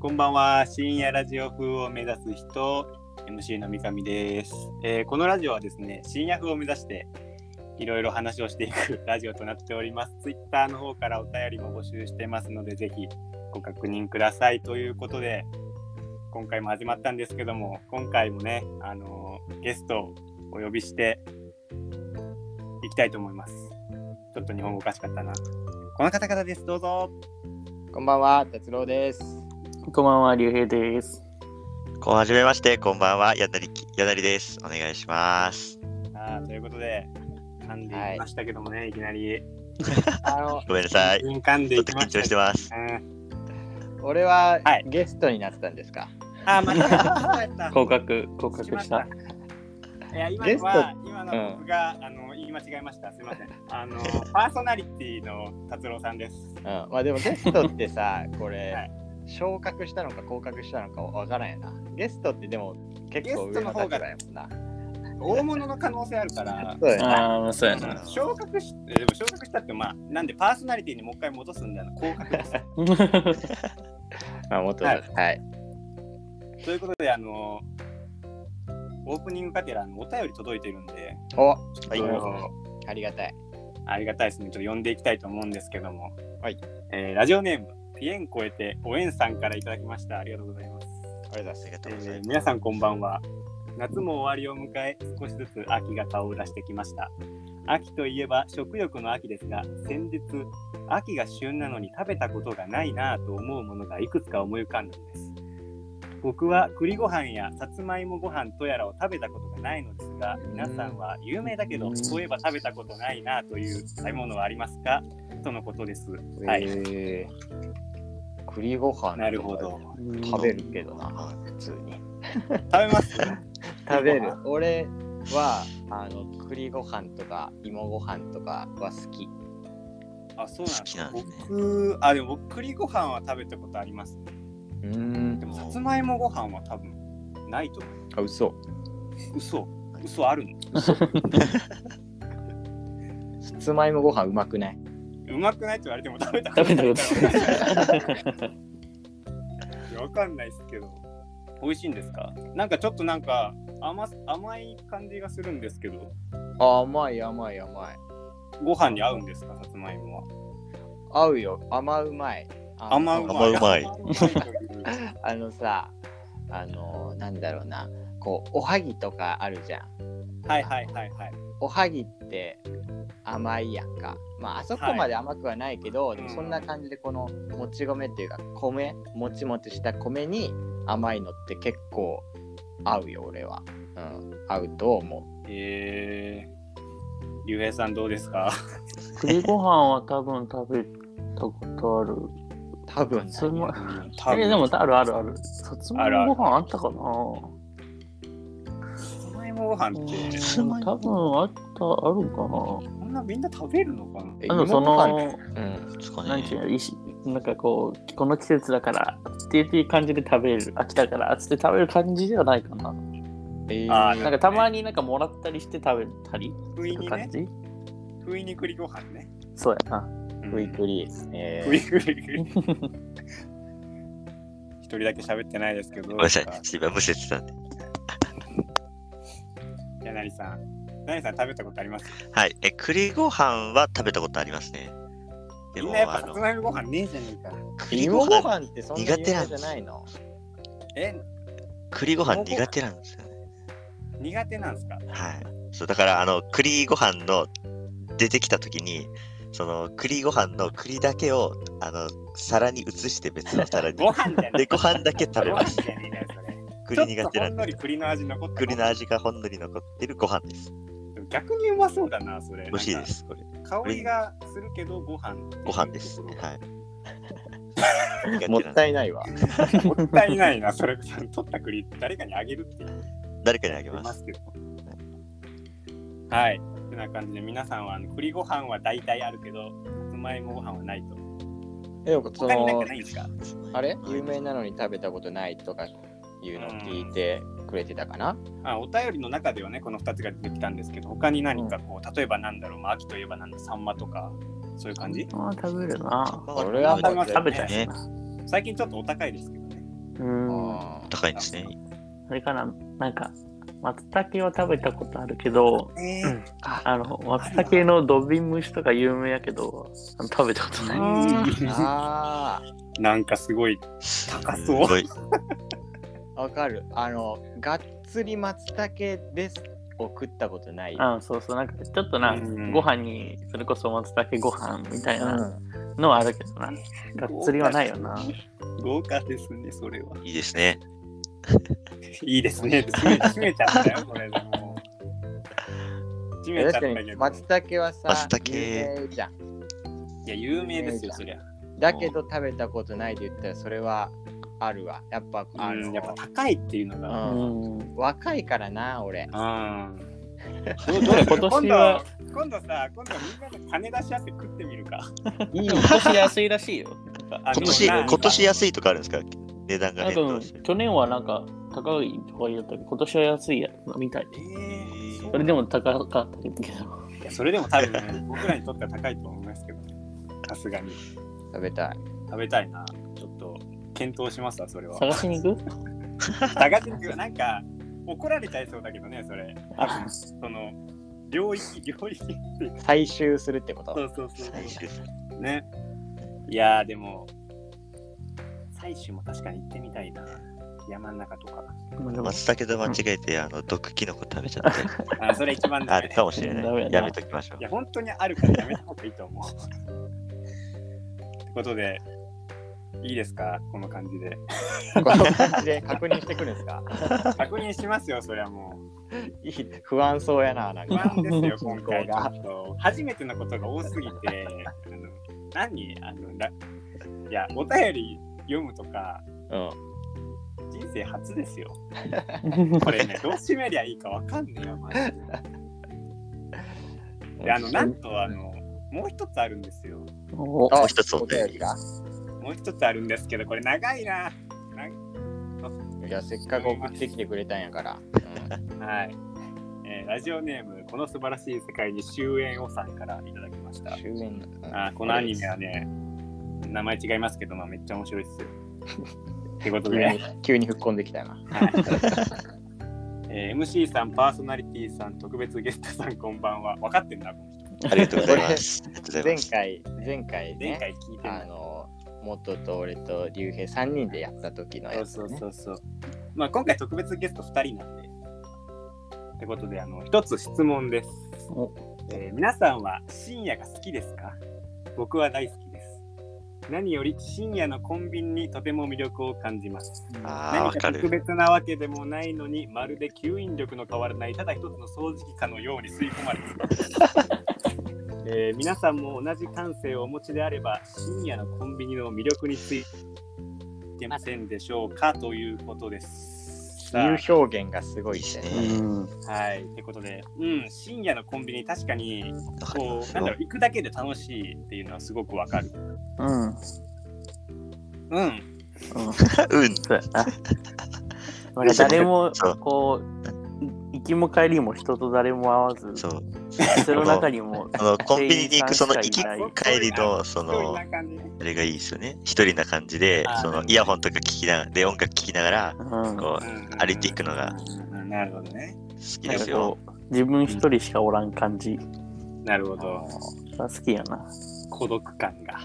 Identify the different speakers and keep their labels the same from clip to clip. Speaker 1: こんばんは深夜ラジオ風を目指す人 MC の三上です、えーこのラジオはですね深夜風を目指していろいろ話をしていく ラジオとなっておりますツイッターの方からお便りも募集してますのでぜひご確認くださいということで今回も始まったんですけども今回もねあのーゲストをお呼びしていきたいと思いますちょっと日本語おかしかったなこの方々ですどうぞ
Speaker 2: こんばんは、達郎です。
Speaker 3: こんばんは、竜兵です。
Speaker 4: こうはじめまして、こんばんは、やなりき、やなりです。お願いします。
Speaker 1: あーということで噛んでいきましたけどもね、い、きなり
Speaker 2: あの、
Speaker 4: ごめんなさい。
Speaker 1: 敏感で
Speaker 4: ちょ
Speaker 1: い
Speaker 4: っと
Speaker 1: き
Speaker 4: 緊
Speaker 1: ま
Speaker 4: 張し
Speaker 1: してた
Speaker 4: ます。
Speaker 1: うん
Speaker 2: 俺は
Speaker 1: はい
Speaker 2: ゲストになったんですか。
Speaker 1: あー、またそうやった。
Speaker 3: 合格、合格
Speaker 1: ま
Speaker 3: し。
Speaker 1: したいや、今
Speaker 2: ゲ
Speaker 1: の
Speaker 2: ス
Speaker 1: は
Speaker 2: ト、
Speaker 1: 今の僕が、あの言い間違えました。すみません。あの、パーソナリティの達郎さんです。
Speaker 2: うん、まあ、でもゲストってさ、これ、
Speaker 1: はい
Speaker 2: 昇格したのか降格したのかわからんやな。ゲストってでも結構
Speaker 1: ゲストの
Speaker 2: 上の
Speaker 1: 方
Speaker 2: 立
Speaker 1: が
Speaker 2: 場やもんな。
Speaker 1: 大物の可能性あるから。
Speaker 2: そうやな。
Speaker 3: ああ、そうや
Speaker 1: あ
Speaker 3: な。
Speaker 1: の昇格し、でも昇格したって、まあ、なんでパーソナリティにもう一回戻すんだよな、降格です。
Speaker 2: まあ、もっと、
Speaker 1: は
Speaker 2: はいい、
Speaker 1: ということで、あの、オープニングかてら、あのお便り届いてるんで、
Speaker 2: お、
Speaker 4: はい
Speaker 1: ちょっと
Speaker 2: ありがたい。
Speaker 1: ありがたいですね。ちょっと読んでいきたいと思うんですけども。
Speaker 2: はい。
Speaker 1: えーラジオネーム、ピエン超えて、おえんさんからいただきました。ありがとうございます。
Speaker 2: ありがとうございま
Speaker 4: あ
Speaker 2: す
Speaker 4: り。がと
Speaker 1: え
Speaker 4: うござい
Speaker 1: ー
Speaker 4: ます。
Speaker 1: 皆さんこんばんは。夏も終わりを迎え、少しずつ秋が顔を出してきました。秋といえば食欲の秋ですが、先日、秋が旬なのに食べたことがないなぁと思うものがいくつか思い浮かんだのです。僕は栗ご飯やさつまいもご飯とやらを食べたことがないのですが、皆さんは有名だけど、そういえば食べたことないなぁという食べ物はありますかとのことです。はい。
Speaker 2: えー、栗ご飯
Speaker 1: なるほど。。
Speaker 2: 食べるけどな、
Speaker 4: は
Speaker 2: 普通に。
Speaker 1: 食べます
Speaker 2: 食べる。俺は、あの、栗ご飯とか芋ご飯とかは好き。
Speaker 1: あ、そうなんですか。
Speaker 4: 好きなんですね
Speaker 1: 僕、あ、でも僕、栗ご飯は食べたことあります、ね。
Speaker 2: うん
Speaker 1: でも、さつまいもご飯は多分ないと思う。
Speaker 2: あ、嘘。
Speaker 1: 嘘。嘘あるの
Speaker 2: さつまいもご飯うまくないう
Speaker 1: まくないって言われても食べたこと
Speaker 3: 食
Speaker 1: な
Speaker 3: べた
Speaker 1: い
Speaker 3: こ
Speaker 1: からわかんないですけど。美味しいんですかなんかちょっとなんか甘す甘い感じがするんですけど、
Speaker 2: あ甘い甘い甘い
Speaker 1: ご飯に合うんですか、さつまいもは。
Speaker 2: 合うよ甘うまいあの
Speaker 1: 甘うまい。
Speaker 4: 甘うまい
Speaker 1: 甘うまい
Speaker 2: あのさあのなんだろうなこうおはぎとかあるじゃん
Speaker 1: はいはいはいはい。
Speaker 2: おはぎって甘いやんかまああそこまで甘くはないけど、
Speaker 1: い
Speaker 2: でもそんな感じでこのもち米っていうか米もちもちした米に甘いのって結構合うよ俺は、うん、合うと思
Speaker 1: えー、ゆうへいさんどうですか
Speaker 3: 栗ご飯は多分食べたことある。
Speaker 2: う多分
Speaker 3: さつま
Speaker 1: 多分
Speaker 3: え、でもあるあるある。さつまいもご飯あったかな
Speaker 1: さつまいもご飯って、
Speaker 3: でも多分あった、あるか
Speaker 1: こんなみんな食べるのかな
Speaker 2: え
Speaker 3: なあの、そ
Speaker 2: 芋ご飯
Speaker 3: の、
Speaker 2: うん
Speaker 4: ですかね
Speaker 3: なんていうの、いしなんかこう、この季節だからっていう感じで食べる。飽きたからっつって食べる感じではないかな。
Speaker 2: えー
Speaker 1: あー
Speaker 3: なんかたまになんかもらったりして食べたり
Speaker 1: 不
Speaker 3: す
Speaker 1: 意
Speaker 3: る
Speaker 1: に
Speaker 3: 感
Speaker 1: ね、
Speaker 3: じ。
Speaker 1: 不意に栗ご飯ね。
Speaker 3: そうやな。
Speaker 2: クイクリ。え
Speaker 1: ふい
Speaker 2: ー、
Speaker 1: ふいふい。一人だけ喋ってないですけど、
Speaker 4: ごめんなさい。ちょっと今無視してたんで。
Speaker 1: 柳さん。柳さん食べたことあります
Speaker 4: はい。え、栗ご飯は食べたことありますね。で
Speaker 1: みん
Speaker 4: も
Speaker 1: なやっ、ぱ
Speaker 4: あ
Speaker 1: さ
Speaker 4: の
Speaker 1: つ、まいもご飯ねえじゃねえか。
Speaker 4: 栗
Speaker 2: 芋
Speaker 4: ご
Speaker 2: ご
Speaker 4: 飯、
Speaker 2: 飯ってそんな有名じゃないの
Speaker 1: え、
Speaker 4: 栗ご飯苦手なんですよね。
Speaker 1: 苦手なんです か
Speaker 4: はい。そう、だから、あの、栗ご飯の出てきたときに、その栗ご飯の栗だけをあの皿に移して別の皿 に
Speaker 1: ご飯じゃねえ
Speaker 4: でご飯だけ食べます
Speaker 1: ご飯じゃねえかよそれ
Speaker 4: 栗苦手
Speaker 1: ちょっとほん
Speaker 4: なん
Speaker 1: の
Speaker 4: で
Speaker 1: り栗の味残ってる
Speaker 4: 栗の味がほんのり残ってるご飯です
Speaker 1: 逆にうまそうだな、それ。
Speaker 4: 美味しいで。すこれ
Speaker 1: 香りがするけど、ご飯。
Speaker 4: ご飯ですね。はい。苦手
Speaker 2: も
Speaker 4: な
Speaker 2: っ
Speaker 4: んで
Speaker 2: たいないわ。
Speaker 1: もったいないな、それ。 取った栗、誰かにあげるっていう。
Speaker 4: 誰かにあ
Speaker 1: 出
Speaker 4: げま。
Speaker 1: ますすけど。はい。てな感じで皆さんはあの栗ご飯は大体あるけど、さつまいもご飯はないと。
Speaker 2: え、なんかそ
Speaker 1: 他になんか
Speaker 2: の
Speaker 1: な、いんですか
Speaker 2: あれ
Speaker 4: はい
Speaker 2: 有名なのに食べたことないとかいうのを聞いてくれてたかな
Speaker 1: あお便りの中ではね、この2つが出てきたんですけど、他に何かこう、例えばなんだろう、まあ、秋といえばなんだ、サンマとか、そういう感じ
Speaker 3: あー食べるな。
Speaker 2: 俺は
Speaker 1: もう
Speaker 4: 食べ
Speaker 3: 食べ
Speaker 4: た
Speaker 3: た
Speaker 4: ね
Speaker 3: よ。な。
Speaker 1: 最近ちょっとお高いですけどね。
Speaker 3: うん。
Speaker 2: あー
Speaker 4: 高いんですね。
Speaker 3: それから、なんか、松茸は食べたことあるけど、
Speaker 1: え
Speaker 3: うんあの、松茸の土瓶蒸しとか有名やけど、あの食べたことない。
Speaker 1: ー、
Speaker 2: あ
Speaker 1: なんかすごい高
Speaker 4: す
Speaker 1: そう。
Speaker 4: ごい。
Speaker 2: ーわかるあのがっつり松茸ですを食ったことない、うん
Speaker 3: うん、そうそう、なんかちょっとな、
Speaker 1: うん
Speaker 3: ご飯に、それこそ松茸ご飯みたいな
Speaker 2: う
Speaker 3: のはあるけどな、がっつりはないよな。
Speaker 1: 豪華ですね、それは。
Speaker 4: いいですね。
Speaker 1: いいですね。閉め閉めちゃったよ、これでもう。閉
Speaker 2: ん、
Speaker 1: めちゃっ
Speaker 2: 確
Speaker 1: た
Speaker 2: か
Speaker 1: け
Speaker 2: に
Speaker 1: ど。
Speaker 2: 松茸はさ
Speaker 4: 松茸
Speaker 2: 有名じゃん
Speaker 1: いや、有名ですよ、そりゃ。
Speaker 2: だけど食べたことないで言ったらそれはあるわやっぱあ
Speaker 1: あ
Speaker 2: の、
Speaker 1: のやっぱ高いっていうの
Speaker 3: う
Speaker 1: が。
Speaker 3: ん。
Speaker 2: 若いからな俺
Speaker 1: うん。
Speaker 3: どうどう今
Speaker 1: 今
Speaker 3: 年は
Speaker 1: 度、今度さ、今度みんなで金出し合って食ってみるか。
Speaker 2: いい
Speaker 3: 今年安いらしい よ。
Speaker 1: 今
Speaker 4: 今年、
Speaker 3: なんか
Speaker 4: 今年安いとかあるんですか値段が
Speaker 3: 多
Speaker 4: 変動
Speaker 3: 分
Speaker 4: して。
Speaker 3: 去年はなんか高いとか言ったけど、今年は安いやみたい
Speaker 1: え
Speaker 3: で。
Speaker 1: ーそう
Speaker 3: それでも高かったけど。
Speaker 1: いやそれでも多分、ね、僕らにとっては高いと思いますけどね。さすがに。
Speaker 2: 食べたい
Speaker 1: 食べたいな。ちょっと検討しますわ、それは。
Speaker 3: 探しに行く
Speaker 1: 探しに行くなんか怒られちゃいそうだけどね、それ。多
Speaker 3: あ
Speaker 1: 分その、領域、領域。
Speaker 2: 採集するってこ
Speaker 1: そ
Speaker 2: と
Speaker 1: うそうそう。
Speaker 4: いいです
Speaker 1: ね。いやーでも、採取も確かに行ってみたいな。山の中とか。
Speaker 3: まあ でも
Speaker 4: 松茸と間違えて、あの、毒キノコ食べちゃって、
Speaker 1: あそれ一番
Speaker 4: あ
Speaker 1: だ、
Speaker 4: る
Speaker 1: ね。
Speaker 4: かもしれな
Speaker 3: ダメだ
Speaker 4: い。
Speaker 3: な
Speaker 4: やめときましょう
Speaker 1: い。や、本当にあるからやめた方がいいと思う。ってことで、いいですかこの感じで。
Speaker 2: この感じで確認してくるんで すか
Speaker 1: 確認しますよ、そりゃもう。
Speaker 2: いい不安そうやななん
Speaker 1: 不
Speaker 2: か
Speaker 1: 安です よ、今回ちょっと。初めてのことが多すぎて、あの何あのらいや、お便り読むとか、
Speaker 2: うん
Speaker 1: 人生初ですよ。これね、どう締めりゃいいかわかんねえよ、マジで。で あのなんとあのもう一つあるんですよ。
Speaker 3: お
Speaker 2: あ
Speaker 4: もう一つお
Speaker 2: お
Speaker 4: 便
Speaker 2: 便
Speaker 4: り
Speaker 2: り
Speaker 4: が
Speaker 2: が。
Speaker 1: もう一つあるんですけどこれ長いな。
Speaker 2: いや、せっかく送ってきてくれたんやから。
Speaker 1: はい。えーラジオネームこの素晴らしい世界に終焉をさんからいただきました。
Speaker 2: 終焉だ
Speaker 1: あーこのアニメはね名前違いますけどまあめっちゃ面白いです よ。ってことで、
Speaker 2: 急
Speaker 1: はい
Speaker 2: に急に吹っ込んできたな。
Speaker 1: えー MC さんパーソナリティさん特別ゲストさんこんばんは。分かってんなこの人。
Speaker 4: ありがとうございます。ありがとうござい
Speaker 2: 前
Speaker 4: ます。
Speaker 2: 回、前回
Speaker 1: 前
Speaker 2: ね、
Speaker 1: 回聞いて
Speaker 2: あ
Speaker 1: ない。
Speaker 2: の、元と俺と竜兵3人でやった時の
Speaker 1: そ
Speaker 2: や
Speaker 1: う
Speaker 2: つ、
Speaker 1: そう
Speaker 2: ね。
Speaker 1: そうそう。まあ今回特別ゲスト2人なんで。ってことであの一つ質問です。
Speaker 3: お
Speaker 1: えー皆さんは深夜が好きですか僕は大好きです。何より深夜のコンビニにとても魅力を感じます。
Speaker 4: ああ、
Speaker 1: 何
Speaker 4: わか
Speaker 1: か特
Speaker 4: る。
Speaker 1: 別なわけでもないのに、まるで吸引力の変わらない、ただ一つの掃除機かのように吸い込まれ てえー皆さんも同じ感性をお持ちであれば、深夜のコンビニの魅力についてませんでしょうかということです。さあ
Speaker 2: いう表現がすごいです
Speaker 4: いい
Speaker 2: ね。
Speaker 3: うん
Speaker 1: はい、ってことで、うん、深夜のコンビニ、確かに
Speaker 4: わかり
Speaker 1: こ
Speaker 4: ま
Speaker 1: う
Speaker 4: す
Speaker 1: なんだろ
Speaker 4: よ
Speaker 1: う。行くだけで楽しいっていうのはすごくわかる。
Speaker 3: うん。うん。
Speaker 1: うん。
Speaker 4: うん。
Speaker 3: そうやな。なんか誰も
Speaker 4: そう
Speaker 3: こう、い行きも帰りも人と誰も会わず、
Speaker 4: そう。
Speaker 3: 店の中にも、
Speaker 4: あの、コンビニに行く、その行き
Speaker 3: 店員さんしかいない
Speaker 4: 帰りの、そ
Speaker 1: そん
Speaker 4: の、
Speaker 1: な感じ。
Speaker 4: あれがいいですよね。一人な感じで
Speaker 1: あー、
Speaker 4: そ
Speaker 1: なる
Speaker 4: の
Speaker 1: ほど
Speaker 4: イヤホンとか聞きながら、で音楽聴きながら、
Speaker 3: うん、
Speaker 4: こう、歩いていくのが
Speaker 1: うんうんうんなるほどね。
Speaker 4: 好き
Speaker 3: な
Speaker 4: で
Speaker 3: んか
Speaker 4: すよ
Speaker 3: こ。う、自分一人しかおらん感じ
Speaker 1: なるほ
Speaker 2: あの
Speaker 1: ど。
Speaker 3: が好きやな。
Speaker 1: 孤独感が。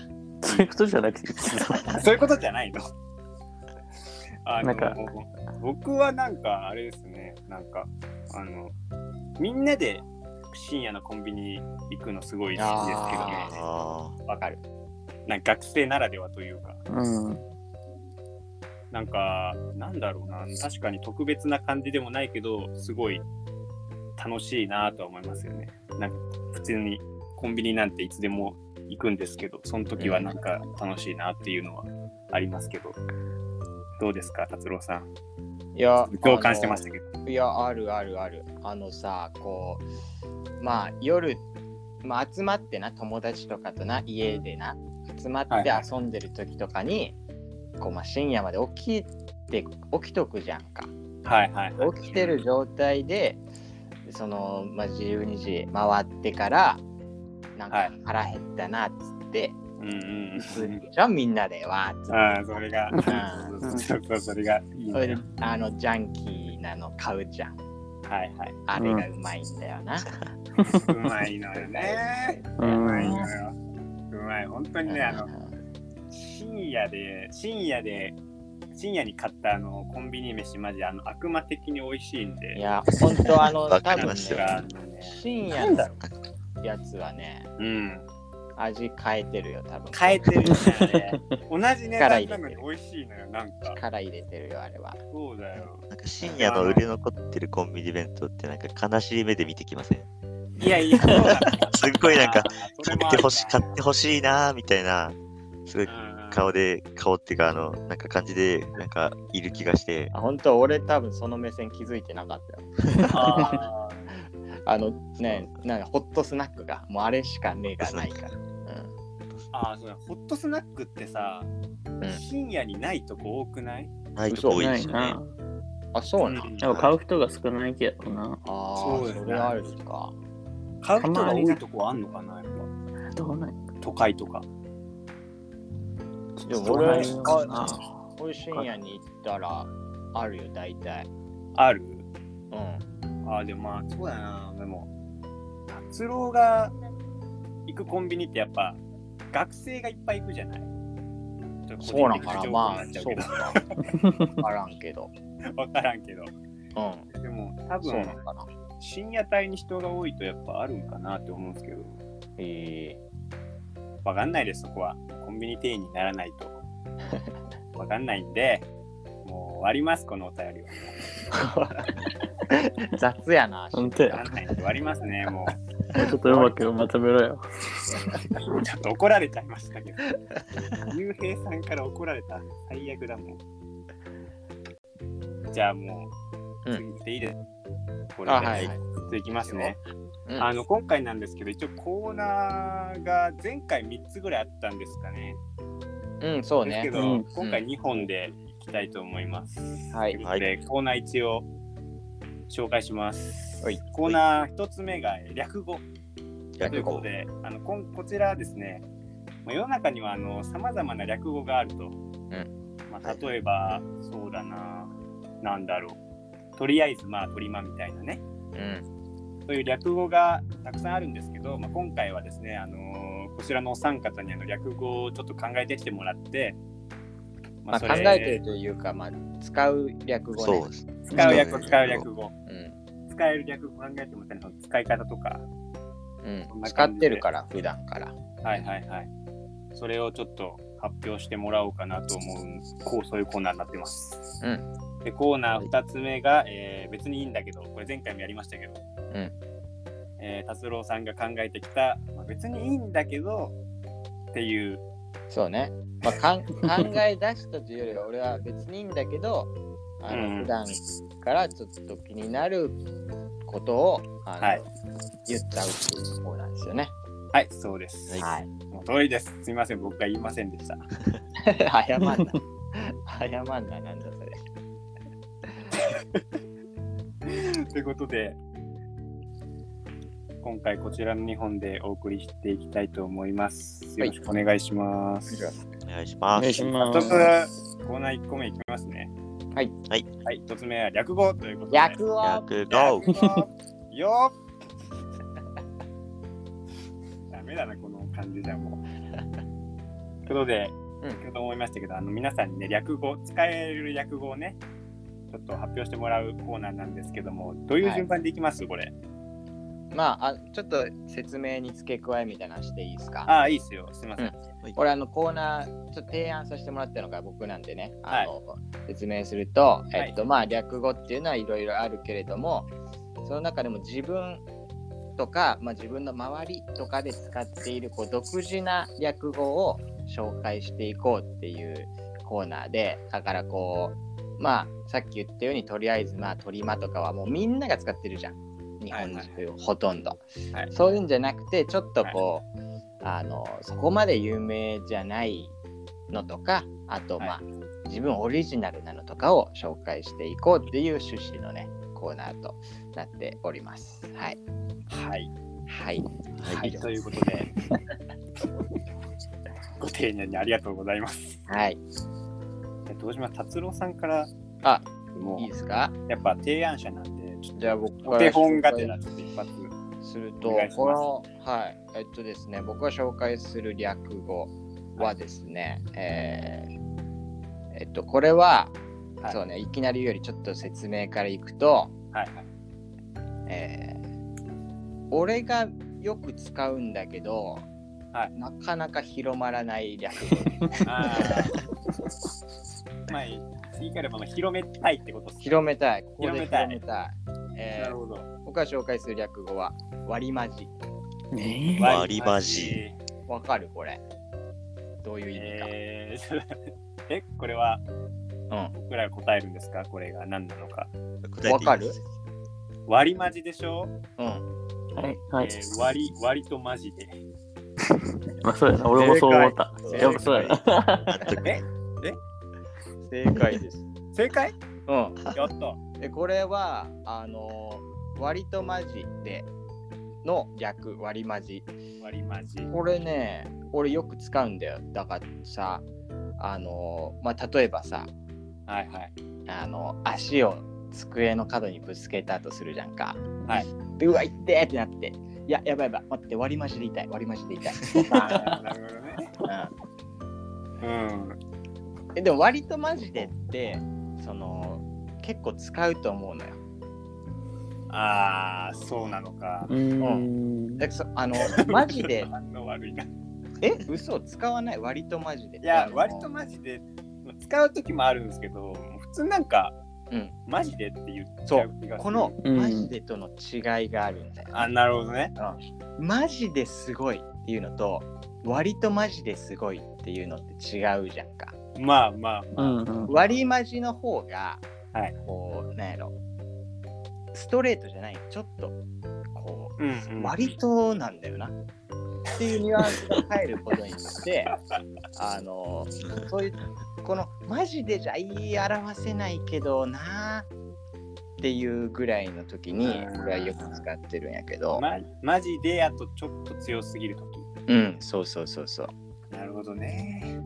Speaker 3: そういうことじゃなくて、
Speaker 1: そういうことじゃないの。 あの
Speaker 3: なんか
Speaker 1: 僕はなんかあれですね、なんかあのみんなで深夜のコンビニ行くのすごい好きですけどね
Speaker 2: あ。
Speaker 4: あー
Speaker 2: わかる。
Speaker 1: なんか学生ならではというか。
Speaker 3: うん。
Speaker 1: なんか、なんだろうな、確かに特別な感じでもないけど、すごい楽しいなとは思いますよね。なんか、普通にコンビニなんていつでも行くんですけど、その時はなんか楽しいなっていうのはありますけど、どうですか、達郎さん。
Speaker 2: いや、
Speaker 1: 共感してましたけど。
Speaker 2: いや、あるあるある。あのさ、こう、まあ、夜、まあ、集まってな、友達とかとな、家でな、集まっ
Speaker 1: はい
Speaker 2: て
Speaker 1: はい
Speaker 2: 遊んでる時とかに、こう、まあ、深夜まで起きて、起きとくじゃんか。
Speaker 1: はいはいはい。
Speaker 2: 起きてる状態で、その、まあ、12時回ってから、な
Speaker 1: は
Speaker 2: んか
Speaker 1: い
Speaker 2: 腹減ったな、っつって、
Speaker 1: うんうんうん。
Speaker 2: じゃあみんなでわーっつって
Speaker 1: ああ、それが、
Speaker 2: う
Speaker 1: そうそう、それがいい
Speaker 2: それで
Speaker 1: ね。
Speaker 2: あのジャンキーなの買うじゃん
Speaker 1: はいはい。
Speaker 2: あれがうまいんだよな、
Speaker 1: うまいのよね。う
Speaker 3: う
Speaker 1: まい
Speaker 3: ん
Speaker 1: のよ。うまい。本当にね、あの、深夜で、深夜で、深夜に買ったあのコンビニ飯、マジあの悪魔的に美味しいん
Speaker 2: い
Speaker 1: で。
Speaker 2: や本当あの
Speaker 4: わ
Speaker 2: 多
Speaker 4: かり
Speaker 2: 分
Speaker 4: ま
Speaker 2: ね
Speaker 4: すよ
Speaker 2: 深
Speaker 1: な
Speaker 2: 夜
Speaker 1: んだ
Speaker 2: の
Speaker 1: ろ
Speaker 2: やつはね
Speaker 1: う。うん。
Speaker 2: 味変えてるよ多分
Speaker 1: 変えてるよね。同じ値段なのに
Speaker 2: 力入れてる
Speaker 1: 美味しいのよ、なんか。
Speaker 2: から入れてるよあれは
Speaker 1: そうだよ。
Speaker 4: なんか深夜の売れ残ってるコンビニ弁当ってなんか悲しい目で見てきません
Speaker 1: いやいや、そうだね
Speaker 4: すっごいなんか、
Speaker 1: そ
Speaker 4: 買
Speaker 1: れも
Speaker 4: っ
Speaker 1: あ
Speaker 4: て
Speaker 1: るな
Speaker 4: ほしい、買ってほしいなーみたいな、すごい顔で、顔っていうか、あの、なんか感じで、なんか、いる気がして、
Speaker 2: あ本当俺多分その目線気づいてなかったよ
Speaker 1: あー
Speaker 2: あのねなんかホットスナックがもうあれしかねがないから、う
Speaker 1: あーそうだホットスナックってさ、
Speaker 2: ん
Speaker 1: 深夜にないとこ多くない
Speaker 4: ないとこ多い
Speaker 3: な
Speaker 4: です
Speaker 3: い
Speaker 4: よね
Speaker 3: な。。
Speaker 2: ん、あそうなん、
Speaker 1: ん
Speaker 3: でも買う人が少ないけどな。
Speaker 2: ああ
Speaker 1: そう
Speaker 2: そ,、
Speaker 1: ですね
Speaker 2: れはあるしか
Speaker 1: 買う人が多いとこあんのかなやっぱ
Speaker 3: どうない
Speaker 1: 都会とか。
Speaker 2: でも
Speaker 3: どう
Speaker 2: 俺
Speaker 3: な
Speaker 2: あ
Speaker 3: いのかな
Speaker 2: 俺深夜に行ったらあるよ大体
Speaker 1: ある
Speaker 2: うん
Speaker 1: あーでもまあ、そうだな。でも、達郎が行くコンビニってやっぱ、学生がいっぱい行くじゃないちょっと
Speaker 2: そう
Speaker 1: 個
Speaker 2: なん
Speaker 1: 人的
Speaker 2: かな
Speaker 1: 情報に
Speaker 2: ま
Speaker 1: な
Speaker 2: あ
Speaker 1: っちゃうけど
Speaker 2: そうか 分からんけど
Speaker 1: わからんけど。
Speaker 2: う
Speaker 1: でも、多
Speaker 2: んそう
Speaker 1: 分
Speaker 2: な、んかな
Speaker 1: 深夜帯に人が多いとやっぱあるんかなって思うんですけど、
Speaker 2: え
Speaker 1: わかんないです、そこは。コンビニ店員にならない と。わかんないんで、もう終わります、このお便りは。
Speaker 2: ー、雑やな
Speaker 3: 本当
Speaker 1: わ
Speaker 3: や。
Speaker 1: かんないんで終わりますね、もう。
Speaker 3: もうちょっとうまくまとめろよ。
Speaker 1: ちょっと怒られちゃいましたけど。ゆうへいさんから怒られた。最悪だもん。じゃあもう、
Speaker 2: うん
Speaker 1: 次行っていいですこれ
Speaker 2: あ
Speaker 1: で、
Speaker 2: はい
Speaker 1: ちょっといきますね。
Speaker 2: うん
Speaker 1: あの、今回なんですけど、一応コーナーが前回3つぐらいあったんですかね。
Speaker 2: うんそう
Speaker 1: ですけ
Speaker 2: ね
Speaker 1: ど、
Speaker 3: うん
Speaker 1: 今回2本でいきたいと思います。
Speaker 2: はい
Speaker 1: ということで、コーナー1を紹介します。
Speaker 2: はい
Speaker 1: コーナー1つ目がえー略語。とい
Speaker 4: 略
Speaker 1: うこ
Speaker 4: 語
Speaker 1: と。であのこんこちらはですね、まあ、世の中にはさまざまな略語があると、まあ、例えばそうだななんだろうとりあえずまあ取りまみたいなね
Speaker 2: うん
Speaker 1: そういう略語がたくさんあるんですけど、まあ、今回はですね、あのーこちらのお三方にあの略語をちょっと考えてきてもらって、
Speaker 2: まあ
Speaker 1: そ
Speaker 2: 考
Speaker 1: れ
Speaker 2: えてるというかまあ使う略語ね
Speaker 4: そうです。
Speaker 1: 使う略語
Speaker 4: うん
Speaker 1: 使う略語
Speaker 2: うん
Speaker 1: 使える略語考えてもらったりその使い方とかこ
Speaker 2: うん
Speaker 1: な感じ
Speaker 2: ん
Speaker 1: で
Speaker 2: 使ってるから普段から
Speaker 1: はいはいはい。それをちょっと発表してもらおうかなと思う、こうそういうコーナーになってます。
Speaker 2: うん
Speaker 1: で、コーナー2つ目が、えー別にいいんだけど、これ前回もやりましたけど、
Speaker 2: ん
Speaker 1: えー達郎さんが考えてきた、まあ別にいいんだけどっていう、
Speaker 2: そうね、まあ、 かん考え出したというよりは俺は別にいいんだけどあ
Speaker 1: うん
Speaker 2: の普段からちょっと気になることをあの、
Speaker 1: はい
Speaker 2: 言っちゃうっていう方なんですよね。
Speaker 1: はい、そうです。
Speaker 2: はい
Speaker 1: もう通りです。すみません、僕が言いませんでした。
Speaker 2: 謝んな。謝んな、なんだそれ。
Speaker 1: ということで、今回こちらの2本でお送りしていきたいと思います。よ
Speaker 2: はい
Speaker 1: ろしくお 願いします。
Speaker 4: お願いし
Speaker 3: お
Speaker 4: ま
Speaker 3: 願い
Speaker 4: す
Speaker 3: し。ま
Speaker 1: 早
Speaker 3: す。
Speaker 1: 速コーナー1個目いきますね
Speaker 2: はい
Speaker 4: はい
Speaker 1: はい1つ目は略語ということで
Speaker 2: 役を
Speaker 4: 略語。
Speaker 1: 略語よっ ダメだなこの感じじゃもうということで、
Speaker 2: うん
Speaker 1: 先ほど思いましたけどあの皆さんにね略語使える略語をねちょっと発表してもらうコーナーなんですけどもどういう順番でいきます、これ
Speaker 2: まああ、ちょっと説明に付け加えみたいなのしていいですか。
Speaker 1: ああいいっすよすいません、
Speaker 2: う これあのコーナーちょっと提案させてもらったのが僕なんでね、あの説明すると、
Speaker 1: い
Speaker 2: えっとまあ、略語っていうのはいろいろあるけれどもその中でも自分とか、まあ、自分の周りとかで使っているこう独自な略語を紹介していこうっていうコーナーでだからこうまあさっき言ったようにとりあえずまあ「リマとかはもうみんなが使ってるじゃん日本人というほとんど。
Speaker 1: はい
Speaker 2: そういうんじゃなくてちょっとこう、あのそこまで有名じゃないのとかあとまあ、
Speaker 1: は
Speaker 2: 自分オリジナルなのとかを紹介していこうっていう趣旨のねコーナーとなっております。はい、
Speaker 1: はい
Speaker 2: はい、
Speaker 1: はい、
Speaker 2: 以上
Speaker 1: ということで。丁寧にありがとうございます。
Speaker 2: はい。
Speaker 1: えどうします達郎さんから、
Speaker 2: あ
Speaker 1: も
Speaker 2: いいですか
Speaker 1: う、やっぱ提案者なんで、ちょっ
Speaker 2: じゃあ僕
Speaker 1: とお手本がてら、ちょっと一発。
Speaker 2: する
Speaker 1: お
Speaker 2: と
Speaker 1: 願いします
Speaker 2: このはいえっとですね僕が紹介する略語はですね、えーえっとこれは、
Speaker 1: はい
Speaker 2: そうねいきなり言うよりちょっと説明からいくと、
Speaker 1: はいはい。
Speaker 2: えー俺がよく使うんだけど、
Speaker 1: は
Speaker 2: なかなか広まらない略語
Speaker 1: あー まあ、言い換えればまあ広めたいってことですね
Speaker 2: 広めたいここで
Speaker 1: 広
Speaker 2: 広
Speaker 1: め
Speaker 2: め
Speaker 1: た
Speaker 2: た
Speaker 1: い
Speaker 2: いえ
Speaker 1: なる
Speaker 2: ー
Speaker 1: ほど。
Speaker 2: 僕が紹介する略語は割り混じ
Speaker 3: ねえ。
Speaker 4: 割りマジ。
Speaker 2: わかるこれどういう意味か、
Speaker 1: えー え、これは
Speaker 2: うん
Speaker 1: 僕らが答えるんですかこれが何なのか。
Speaker 4: 答えていいです
Speaker 2: わかる
Speaker 1: 割りマジでしょ、
Speaker 2: うん
Speaker 3: はい。はい
Speaker 1: え。ー割り、割りとマジで。
Speaker 3: まあそうやな。俺もそう思った。
Speaker 4: 正解
Speaker 3: やっぱそうやな。
Speaker 4: あと
Speaker 1: え
Speaker 2: 正解です
Speaker 1: 正解
Speaker 2: うん
Speaker 1: やった。
Speaker 2: でこれはあのー割とマジでの略割りマジ
Speaker 1: 割りマジ。
Speaker 2: これね俺よく使うんだよだからさあのーまあ例えばさ
Speaker 1: はい はい。
Speaker 2: あの足を机の角にぶつけたとするじゃんか
Speaker 1: はい
Speaker 2: でうわ痛ってってなっていややばいやばい待って割りマジで痛い割りマジで痛い、
Speaker 1: あーなるほどね。
Speaker 2: う
Speaker 1: うん。
Speaker 2: んえでも割とマジでってその結構使うと思うのよ
Speaker 1: ああ、そうなのか。
Speaker 3: うーん。
Speaker 2: だからそあのマジで
Speaker 1: 反応悪いな。い
Speaker 2: え嘘使わない割とマジで
Speaker 1: や
Speaker 2: あ、の
Speaker 1: 割とマジで使う時もあるんですけど、普通なんか、
Speaker 2: うん
Speaker 1: マジでって言っちゃう気がする。
Speaker 2: この
Speaker 3: うん
Speaker 2: マジでとの違いがあるんだよ。
Speaker 1: あ、なるほどね。
Speaker 2: マジですごいっていうのと割とマジですごいっていうのって違うじゃんか。
Speaker 1: まあまあま
Speaker 3: う
Speaker 1: あ。
Speaker 3: んうん。
Speaker 2: 割りマジの方が、
Speaker 1: はい
Speaker 2: こうなんやろストレートじゃないちょっとこ
Speaker 1: うん
Speaker 2: う、
Speaker 1: うん
Speaker 2: 割となんだよなっていうニュアンスが入ることによってあのそういうこのマジでじゃ言い表せないけどなーっていうぐらいの時に
Speaker 1: うん
Speaker 2: 俺はよく使ってるんやけど、
Speaker 1: ま、マジであとちょっと強すぎるとき。
Speaker 2: うんそうそうそうそう
Speaker 1: なるほどね。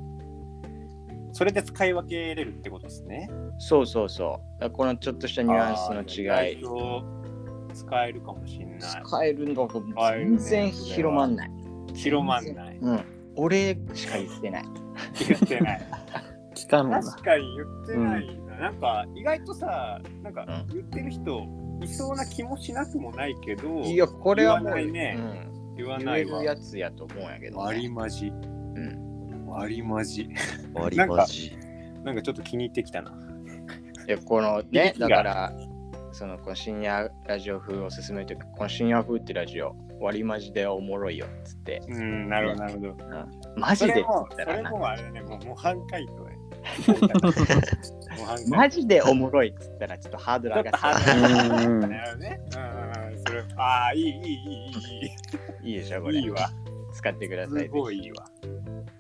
Speaker 1: それで使い分けれるってことですね。
Speaker 2: そうそうそうだからこのちょっとしたニュアンスの違
Speaker 1: あー
Speaker 2: い
Speaker 1: 意外と使えるかもしれない。
Speaker 2: 使えるのが
Speaker 1: 使えるね
Speaker 2: 全然広まんない、
Speaker 1: 広まんない。
Speaker 2: うん俺しか言ってない
Speaker 1: 言ってない。
Speaker 3: 聞かんのな。
Speaker 1: 確かに言ってないな。なんか意外とさ、なんか
Speaker 2: う
Speaker 1: 言ってる人いそうな気もしなくもないけど、
Speaker 2: いやこれはも
Speaker 1: 言わ
Speaker 2: う
Speaker 1: ないね言
Speaker 2: う
Speaker 1: わ
Speaker 2: ん、
Speaker 1: な
Speaker 2: 言え
Speaker 1: い
Speaker 2: る
Speaker 1: わ。
Speaker 2: やつやと思うんやけど、
Speaker 1: 割り
Speaker 2: ね、
Speaker 1: まじ。
Speaker 2: うん
Speaker 1: 割りまじ。
Speaker 4: 割りマジ。
Speaker 1: なんかちょっと気に入ってきたな。
Speaker 2: いやこの
Speaker 1: 響
Speaker 2: ね
Speaker 1: きが
Speaker 2: だからそのこの深夜ラジオ風を進めるときこの深夜風ってラジオ割りマジでおもろいよっつって
Speaker 1: うん、なるほど、なるほど。
Speaker 2: マ
Speaker 1: そ
Speaker 2: ジでっ
Speaker 1: れ
Speaker 2: つ
Speaker 1: も
Speaker 2: っ、
Speaker 1: そ
Speaker 2: たら
Speaker 1: れ
Speaker 2: な
Speaker 1: もあれだね、もう模範解答 ね。模範解答
Speaker 2: マジでおもろいっつったらちょっとハードル
Speaker 1: ちょ
Speaker 2: 上
Speaker 1: っ
Speaker 2: が
Speaker 1: と
Speaker 2: っちゃ
Speaker 1: ハードル上がっ
Speaker 3: うん
Speaker 1: たよね。うんうんうん、それ、ああ、いい、いい、いい、いい、
Speaker 2: う いいでしょこれ
Speaker 1: いいわ。
Speaker 2: 使ってくださ
Speaker 1: す
Speaker 2: い
Speaker 1: ごいいいわ。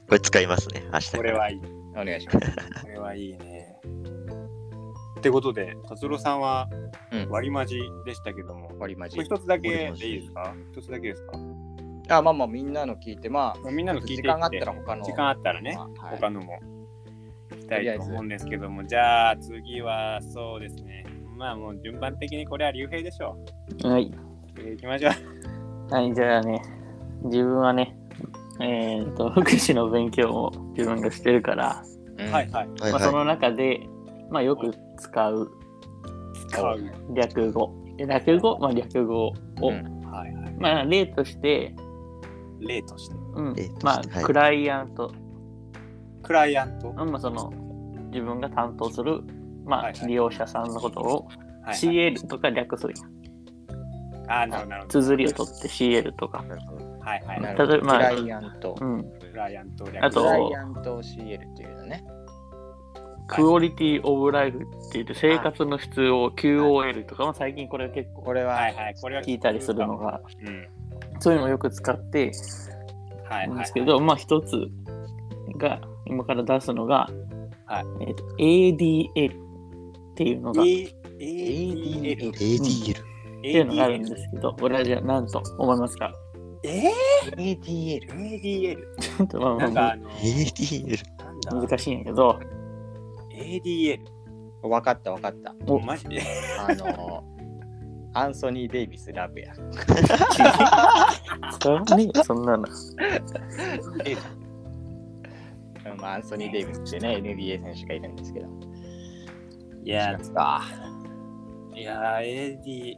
Speaker 4: これ使いますね、明日か
Speaker 1: こ
Speaker 4: ら
Speaker 1: れはいい。
Speaker 2: お願いします
Speaker 1: これはいいね。ってことで、達郎さんは
Speaker 2: うん
Speaker 1: 割りまじでしたけども、こ
Speaker 2: 割りマジ
Speaker 1: れ一つだけでいいですか一つだけですか
Speaker 2: あまあまあみんなの聞いてまあ
Speaker 1: みんなの聞いてい
Speaker 2: 時
Speaker 1: て
Speaker 2: 間があったら他の
Speaker 1: 時間あったらね、
Speaker 2: まあはい
Speaker 1: 他のも聞きたいと思うんですけども、じゃあ次はそうですね。まあもう順番的にこれは竜兵でしょう。
Speaker 3: はい。
Speaker 1: えー行きましょう。
Speaker 3: はい、じゃあね、自分はね、えっと、 福祉の勉強を自分がしてるから、
Speaker 2: う ん
Speaker 1: はいはい。
Speaker 4: はい
Speaker 3: まあ、
Speaker 4: は
Speaker 3: そ
Speaker 4: い。
Speaker 3: の中で、まあ、よく使う
Speaker 1: 使う。
Speaker 3: 略語。略語、まあ、略語を、
Speaker 2: うん
Speaker 1: はいはい。
Speaker 3: まあ、例として、
Speaker 1: 例として。
Speaker 3: うん
Speaker 4: 例として
Speaker 3: まあ、
Speaker 4: はい
Speaker 3: クライアント、
Speaker 1: クライアント。
Speaker 3: うんまあ、その、自分が担当する、まあ、
Speaker 1: はいはい
Speaker 3: 利用者さんのことを
Speaker 1: はい、はい。
Speaker 3: CL とか略するやん。
Speaker 1: あー、なるほどなるほど。
Speaker 3: 綴りを取って CL とか。
Speaker 1: はいはい。
Speaker 2: な
Speaker 1: ク
Speaker 2: るほど
Speaker 3: 例えばまあ
Speaker 2: クライアント
Speaker 3: うん。
Speaker 1: ライアント略。
Speaker 3: あ
Speaker 2: ク
Speaker 3: と
Speaker 2: ライアント CL っていうのね
Speaker 3: クオリティオブライフって言って、生活の質を QOL とかも最近これ結構
Speaker 2: これは、
Speaker 1: はいはい。これは
Speaker 3: 聞いたりするの。が、
Speaker 1: うん。
Speaker 3: そういうのをよく使って、
Speaker 1: はい
Speaker 3: なん
Speaker 1: は
Speaker 3: で
Speaker 1: い
Speaker 3: す。けど、まあ一つが今から出すのが、
Speaker 1: はい
Speaker 3: えっと ADL っていうのが、っ
Speaker 1: A- ADL。
Speaker 2: ADL
Speaker 4: ADL。
Speaker 3: ていうのがあるんですけど、俺はじゃあ何と思いますか
Speaker 1: えー
Speaker 2: ADL。
Speaker 1: ADL。
Speaker 3: ちょっとまあま
Speaker 1: な
Speaker 3: あ
Speaker 1: ん
Speaker 3: ま
Speaker 1: か
Speaker 3: あ
Speaker 1: あの、
Speaker 4: ADL。
Speaker 1: なんだ
Speaker 3: 難しいんやけど、
Speaker 1: ADL。
Speaker 2: わかったわかった。
Speaker 3: お
Speaker 1: マジ で
Speaker 2: あのー、アンソニー・デイビス・ラブや。
Speaker 3: 使わねえよそんなの。
Speaker 1: え
Speaker 2: うんまあ、アンソニー・デイビスってね、NBA 選手がいるんですけど。
Speaker 1: いや
Speaker 2: 違った
Speaker 1: いやー、ADL。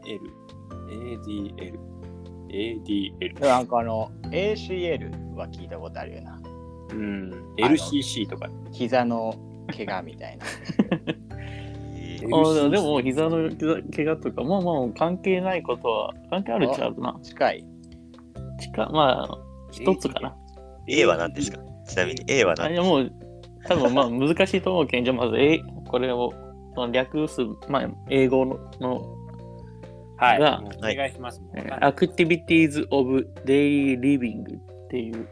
Speaker 1: ADL。ADL。
Speaker 2: なんかあの、ACL は聞いたことあるよな。
Speaker 1: うん。LCC とか。
Speaker 2: 膝の怪我 みたいな。
Speaker 1: LCC
Speaker 3: あでも、膝の膝怪我とか、まあまあ、関係ないことは、関係あるっちゃあるな。
Speaker 2: 近い。
Speaker 3: 近まあ、一つかな。
Speaker 4: A は何ですかちなみに A は
Speaker 3: あいや
Speaker 4: 何
Speaker 3: もう、多分まあ、難しいと思うけん、じゃあまず、A、これを、その略す、まあ、英語のの
Speaker 1: はい。
Speaker 3: が
Speaker 1: もうお願いします。
Speaker 3: えー
Speaker 1: あ
Speaker 3: アクティビティーズ・オブ・デイリー・リビングっていう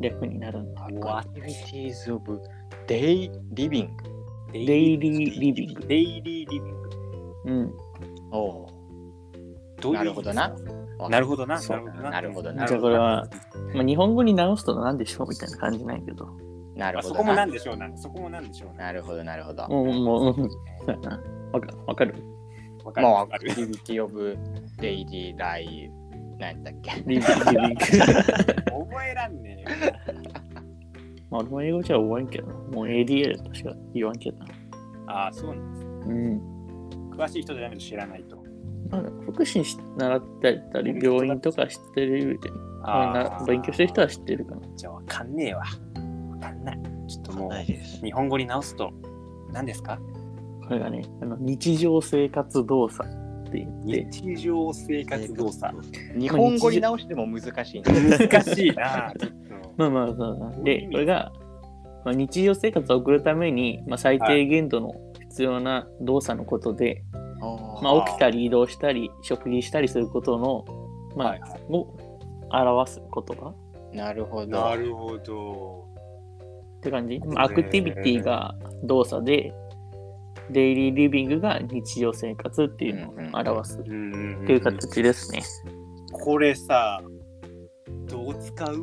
Speaker 3: 略になるんだ。
Speaker 2: アクティビティーズ・オブ・デイ・リビング。
Speaker 1: デ
Speaker 3: デイリー・リビング。
Speaker 1: デイリーリビング。
Speaker 3: うん。
Speaker 2: お
Speaker 1: ど
Speaker 2: お。
Speaker 1: ういう
Speaker 2: な
Speaker 1: 意
Speaker 2: る
Speaker 1: 味
Speaker 2: ほ
Speaker 1: で
Speaker 2: ど
Speaker 1: す
Speaker 2: な
Speaker 1: か。。
Speaker 2: わ
Speaker 1: なるほどな。
Speaker 3: そ
Speaker 1: な
Speaker 3: う
Speaker 1: るほどな。
Speaker 2: なるほど
Speaker 1: な
Speaker 2: な
Speaker 3: じゃあこれは、まあ、日本語に直すと何でしょうみたいな感じないけど。
Speaker 2: なる
Speaker 1: あ
Speaker 2: ほ
Speaker 1: そ
Speaker 2: ど
Speaker 1: こも
Speaker 2: な
Speaker 1: なんでしょうな。そこもなんでしょうな。
Speaker 2: なるほど、なるほど。
Speaker 3: もう、もう、うん そうやな。わかわかる
Speaker 1: わかる
Speaker 2: も
Speaker 1: わ
Speaker 2: う
Speaker 1: か
Speaker 2: アクテ
Speaker 1: る。
Speaker 2: ィビティオブデイリーライフなんだっけ
Speaker 3: リビング。リビング
Speaker 1: 覚えらんねえよ。
Speaker 3: まあ、俺も英語じゃ覚えんけどな。もう ADL としか言わんけどな。
Speaker 1: ああ、そうなんです。
Speaker 3: うん。
Speaker 1: 詳しい人じゃないと知らないと。
Speaker 3: まあ、福祉し習ったり、病院とか知ってる、まあな勉強してる人は知ってるかな。
Speaker 1: じゃあわかんねえわ。わかんない。ちょっとも、
Speaker 4: ないうです。
Speaker 1: 日本語に直すと、何ですか
Speaker 3: これがね、あの日常生活動作って言って、
Speaker 1: 日常生活動作。
Speaker 2: 日本語に直しても難しいんだ
Speaker 1: 難しいな。ちょっと。
Speaker 3: まあまあそうだなで、これが、まあ、日常生活を送るために、まあ、最低限度の必要な動作のことで、
Speaker 2: ま
Speaker 3: まあ、起きたり移動したり、食事したりすることの、まあ
Speaker 1: はいはい
Speaker 3: を表す言葉
Speaker 2: なるほど。
Speaker 1: なるほど。
Speaker 3: って感じ。
Speaker 1: ん
Speaker 3: まあアクティビティが動作で、デイリーリビングが日常生活っていうのを表すっ
Speaker 1: うんうんうん
Speaker 3: ていう形ですね。
Speaker 1: これさ、どう使 う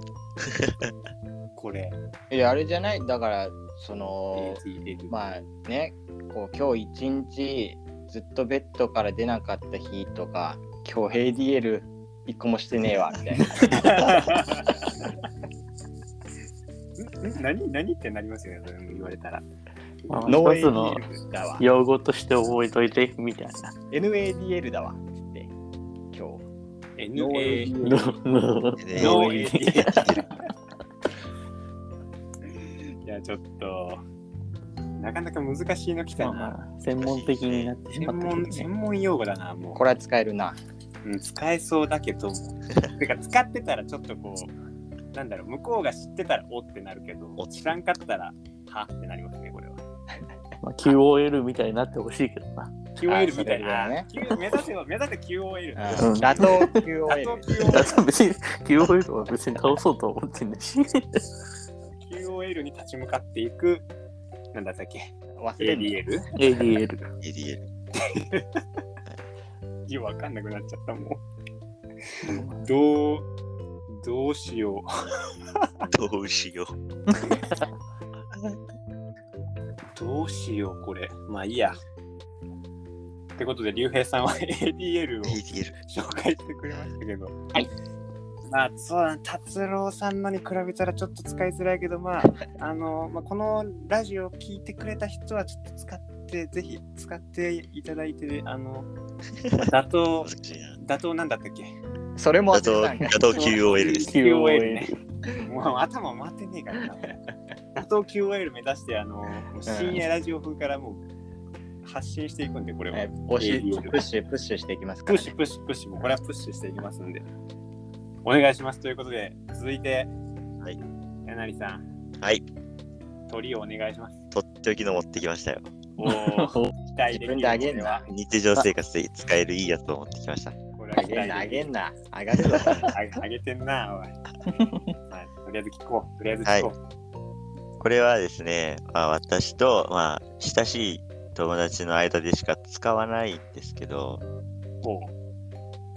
Speaker 1: これ。
Speaker 2: いやあれじゃないだからその
Speaker 1: ATL
Speaker 2: まあねこう今日一日ずっとベッドから出なかった日とか今日 ADL 一個もしてねえわみたい な
Speaker 1: んん何何ってなりますよね、それも言われたら。
Speaker 3: まあ
Speaker 2: ノ
Speaker 3: 一
Speaker 2: ー
Speaker 3: つの
Speaker 2: ADL だわ
Speaker 3: 用語として覚えといてみたいな。
Speaker 2: NADL だわつって今
Speaker 1: NA。
Speaker 3: のの
Speaker 1: ノ
Speaker 4: ノ
Speaker 1: ー
Speaker 4: ー
Speaker 1: いや、ちょっと、なかなか難しいの来
Speaker 3: ま
Speaker 1: た
Speaker 3: あ
Speaker 1: な。
Speaker 3: まあ、専門的になってし
Speaker 1: 専
Speaker 3: まったけど
Speaker 1: 門
Speaker 3: ね
Speaker 1: 専。門用語だな、
Speaker 2: 日
Speaker 1: も
Speaker 2: これは使えるな
Speaker 1: う。うん、使えそうだけど。てか、使ってたらちょっとこう、なんだろう、向こうが知ってたらおってなるけど、
Speaker 4: お
Speaker 1: 知らんかったら、はってなりますね、これは。
Speaker 3: まあ、QOL みたいになってほしいけどな。
Speaker 1: QOL みたいな。
Speaker 2: あそれだね
Speaker 1: Q- 目指せば、目指せ QOL だ。
Speaker 3: うん
Speaker 2: 打倒
Speaker 1: あ
Speaker 2: QOL
Speaker 1: と QOL
Speaker 3: だって別に QOL は別に倒そうとは思ってないし。
Speaker 1: QOL に立ち向かっていく、なんだったっけ
Speaker 2: 忘れる
Speaker 1: ?ADL?
Speaker 3: ADL。
Speaker 4: ADL。
Speaker 1: よくわかんなくなっちゃったもん。どう、どうしよう。
Speaker 4: どうしよう。
Speaker 1: どうしよう、これ。まあいいや。ってことで、竜兵さんは ADL を
Speaker 4: ADL。
Speaker 1: 紹介してくれましたけど。
Speaker 3: はい。
Speaker 1: まあ、そうだな達郎さんのに比べたらちょっと使いづらいけど、まあ、あの、まあ、このラジオを聞いてくれた人はちょっと使って、ぜひ使っていただいて、あの、打倒
Speaker 4: 難、しいな
Speaker 1: 打倒なんだったっけ
Speaker 2: それも
Speaker 4: 打
Speaker 2: 忘れ
Speaker 4: 倒、
Speaker 2: たんか
Speaker 4: 打倒 QOL です。
Speaker 1: QOL ね。もう頭回ってねえから な。打倒 QOL 目指して、あの、もう深夜ラジオ風からもう発信していくんで、これ
Speaker 2: え
Speaker 1: は。
Speaker 2: 押しプッシュプッシュしていきますか
Speaker 1: プッ
Speaker 2: ら、
Speaker 1: シュ
Speaker 2: ね、
Speaker 1: プッシュプッシュ、もうこれはプッシュしていきますんで。お願いしますということで、続いて、
Speaker 4: はい。
Speaker 1: 柳さん、
Speaker 4: はい。
Speaker 1: 鳥をお願いします。
Speaker 4: とっておきの持ってきましたよ。
Speaker 1: おー期待できる
Speaker 2: 自分であげんな
Speaker 4: 日常生活で使えるいいやつを持ってきました。
Speaker 1: これは
Speaker 2: あ
Speaker 1: 期
Speaker 2: げんなあ
Speaker 1: 待で
Speaker 2: げ
Speaker 1: き
Speaker 2: ん
Speaker 1: る
Speaker 2: な上が るぞ
Speaker 1: あげあげてんな、 おい。はいとりあえず聞こう。とりあえず聞こう。
Speaker 4: これはですね、まあ、私と、まあ、親しい友達の間でしか使わないんですけど、
Speaker 1: こう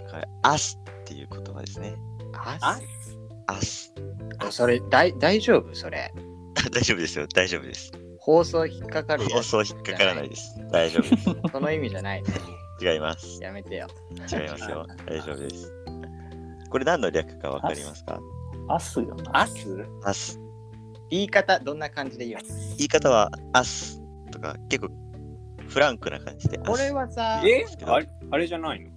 Speaker 4: これ、アスっていう言葉ですね。
Speaker 2: あ
Speaker 1: あ
Speaker 4: あす
Speaker 2: それだい大丈夫それ
Speaker 4: 大丈夫ですよ大丈夫です
Speaker 2: 放送引っかかるや
Speaker 4: 放
Speaker 2: つ
Speaker 4: 送引っかからないです大丈 夫です
Speaker 2: その意味じゃないね
Speaker 4: 違います
Speaker 2: やめてよ
Speaker 4: 違いますよ大丈夫ですこれ何の略かわかりますか
Speaker 3: アスよな。
Speaker 1: アス
Speaker 4: あす
Speaker 2: 言い方どんな感じで言うの
Speaker 4: 言い方はあすとか結構フランクな感じであす
Speaker 2: これはさ
Speaker 1: え
Speaker 4: けど
Speaker 1: あれあれじゃないの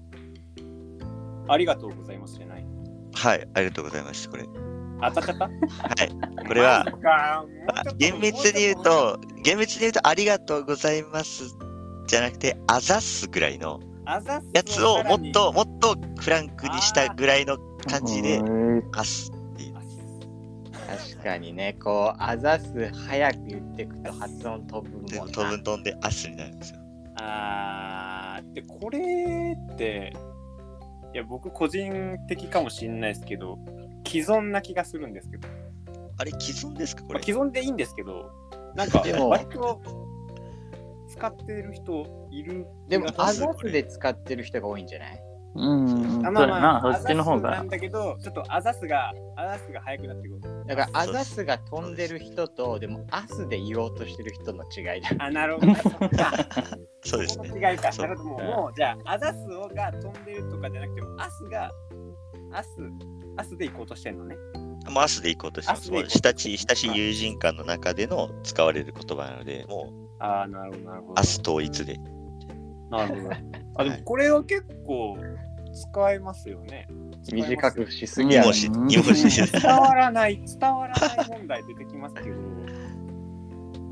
Speaker 1: ありがとうございますじゃない
Speaker 4: はいありがとうございますこれ
Speaker 1: あたたた
Speaker 4: はいこれ
Speaker 1: マ
Speaker 4: は
Speaker 1: ジかもうちょっと
Speaker 4: 厳密に言うと、厳密に言うと、ありがとうございますじゃなくて、あざっすぐらいの
Speaker 1: あざっす
Speaker 4: やつをもっともっとフランクにしたぐらいの感じ
Speaker 3: へ
Speaker 4: で、
Speaker 3: ー
Speaker 4: あす。
Speaker 1: あ
Speaker 2: 確かにねこうあざす早く言ってくと発音飛ぶ
Speaker 4: で
Speaker 2: もん
Speaker 4: 飛
Speaker 2: な
Speaker 4: ぶ飛んで、あすになるんですよ。
Speaker 1: あーでこれっていや僕個人的かもしれないですけど既存な気がするんですけど、
Speaker 4: あれ、既存ですかこ
Speaker 1: ま
Speaker 4: れ
Speaker 1: あ、。既存でいいんですけどなんか
Speaker 2: でも
Speaker 1: 割と使ってる人いる
Speaker 2: でもあざ
Speaker 4: こ
Speaker 2: す
Speaker 4: れ
Speaker 2: で使ってる人が多いんじゃない
Speaker 3: うん。
Speaker 1: あ
Speaker 3: そう
Speaker 1: まあ
Speaker 3: や
Speaker 1: まあ
Speaker 3: な。
Speaker 1: あ
Speaker 3: そっちの方
Speaker 1: ざっすな
Speaker 3: が
Speaker 1: ん。だけどちょっとあざすがあざすが早くなってくる
Speaker 2: だからあざすが飛んでる人とでもあすで言おうとしてる人の違いだ
Speaker 1: あなるほ どねそっか
Speaker 4: そうです
Speaker 1: こ
Speaker 4: ね。
Speaker 1: の違いか。
Speaker 4: そう
Speaker 1: なるほどもう、もうじゃあ、アザスをが飛んでるとかじゃなくても、アスが、アス、アスで行こうとしてるのね。
Speaker 4: もう、あすで行こうとして
Speaker 1: あ
Speaker 4: ます。
Speaker 1: すで
Speaker 4: も
Speaker 1: 行こ
Speaker 4: う、
Speaker 1: う
Speaker 4: 親しい、親しい友人間の中での使われる言葉なので、もう、
Speaker 1: ああ、なるほど、なるほ
Speaker 4: あす統一で。
Speaker 1: なるほど。あ、でもこれは結構使えますよね。
Speaker 2: 短くしすぎ
Speaker 4: 二
Speaker 2: や
Speaker 4: 文
Speaker 2: ろ
Speaker 4: 字、
Speaker 3: うん
Speaker 4: 二文字です
Speaker 1: 伝わらない、伝わらない問題出てきますけど。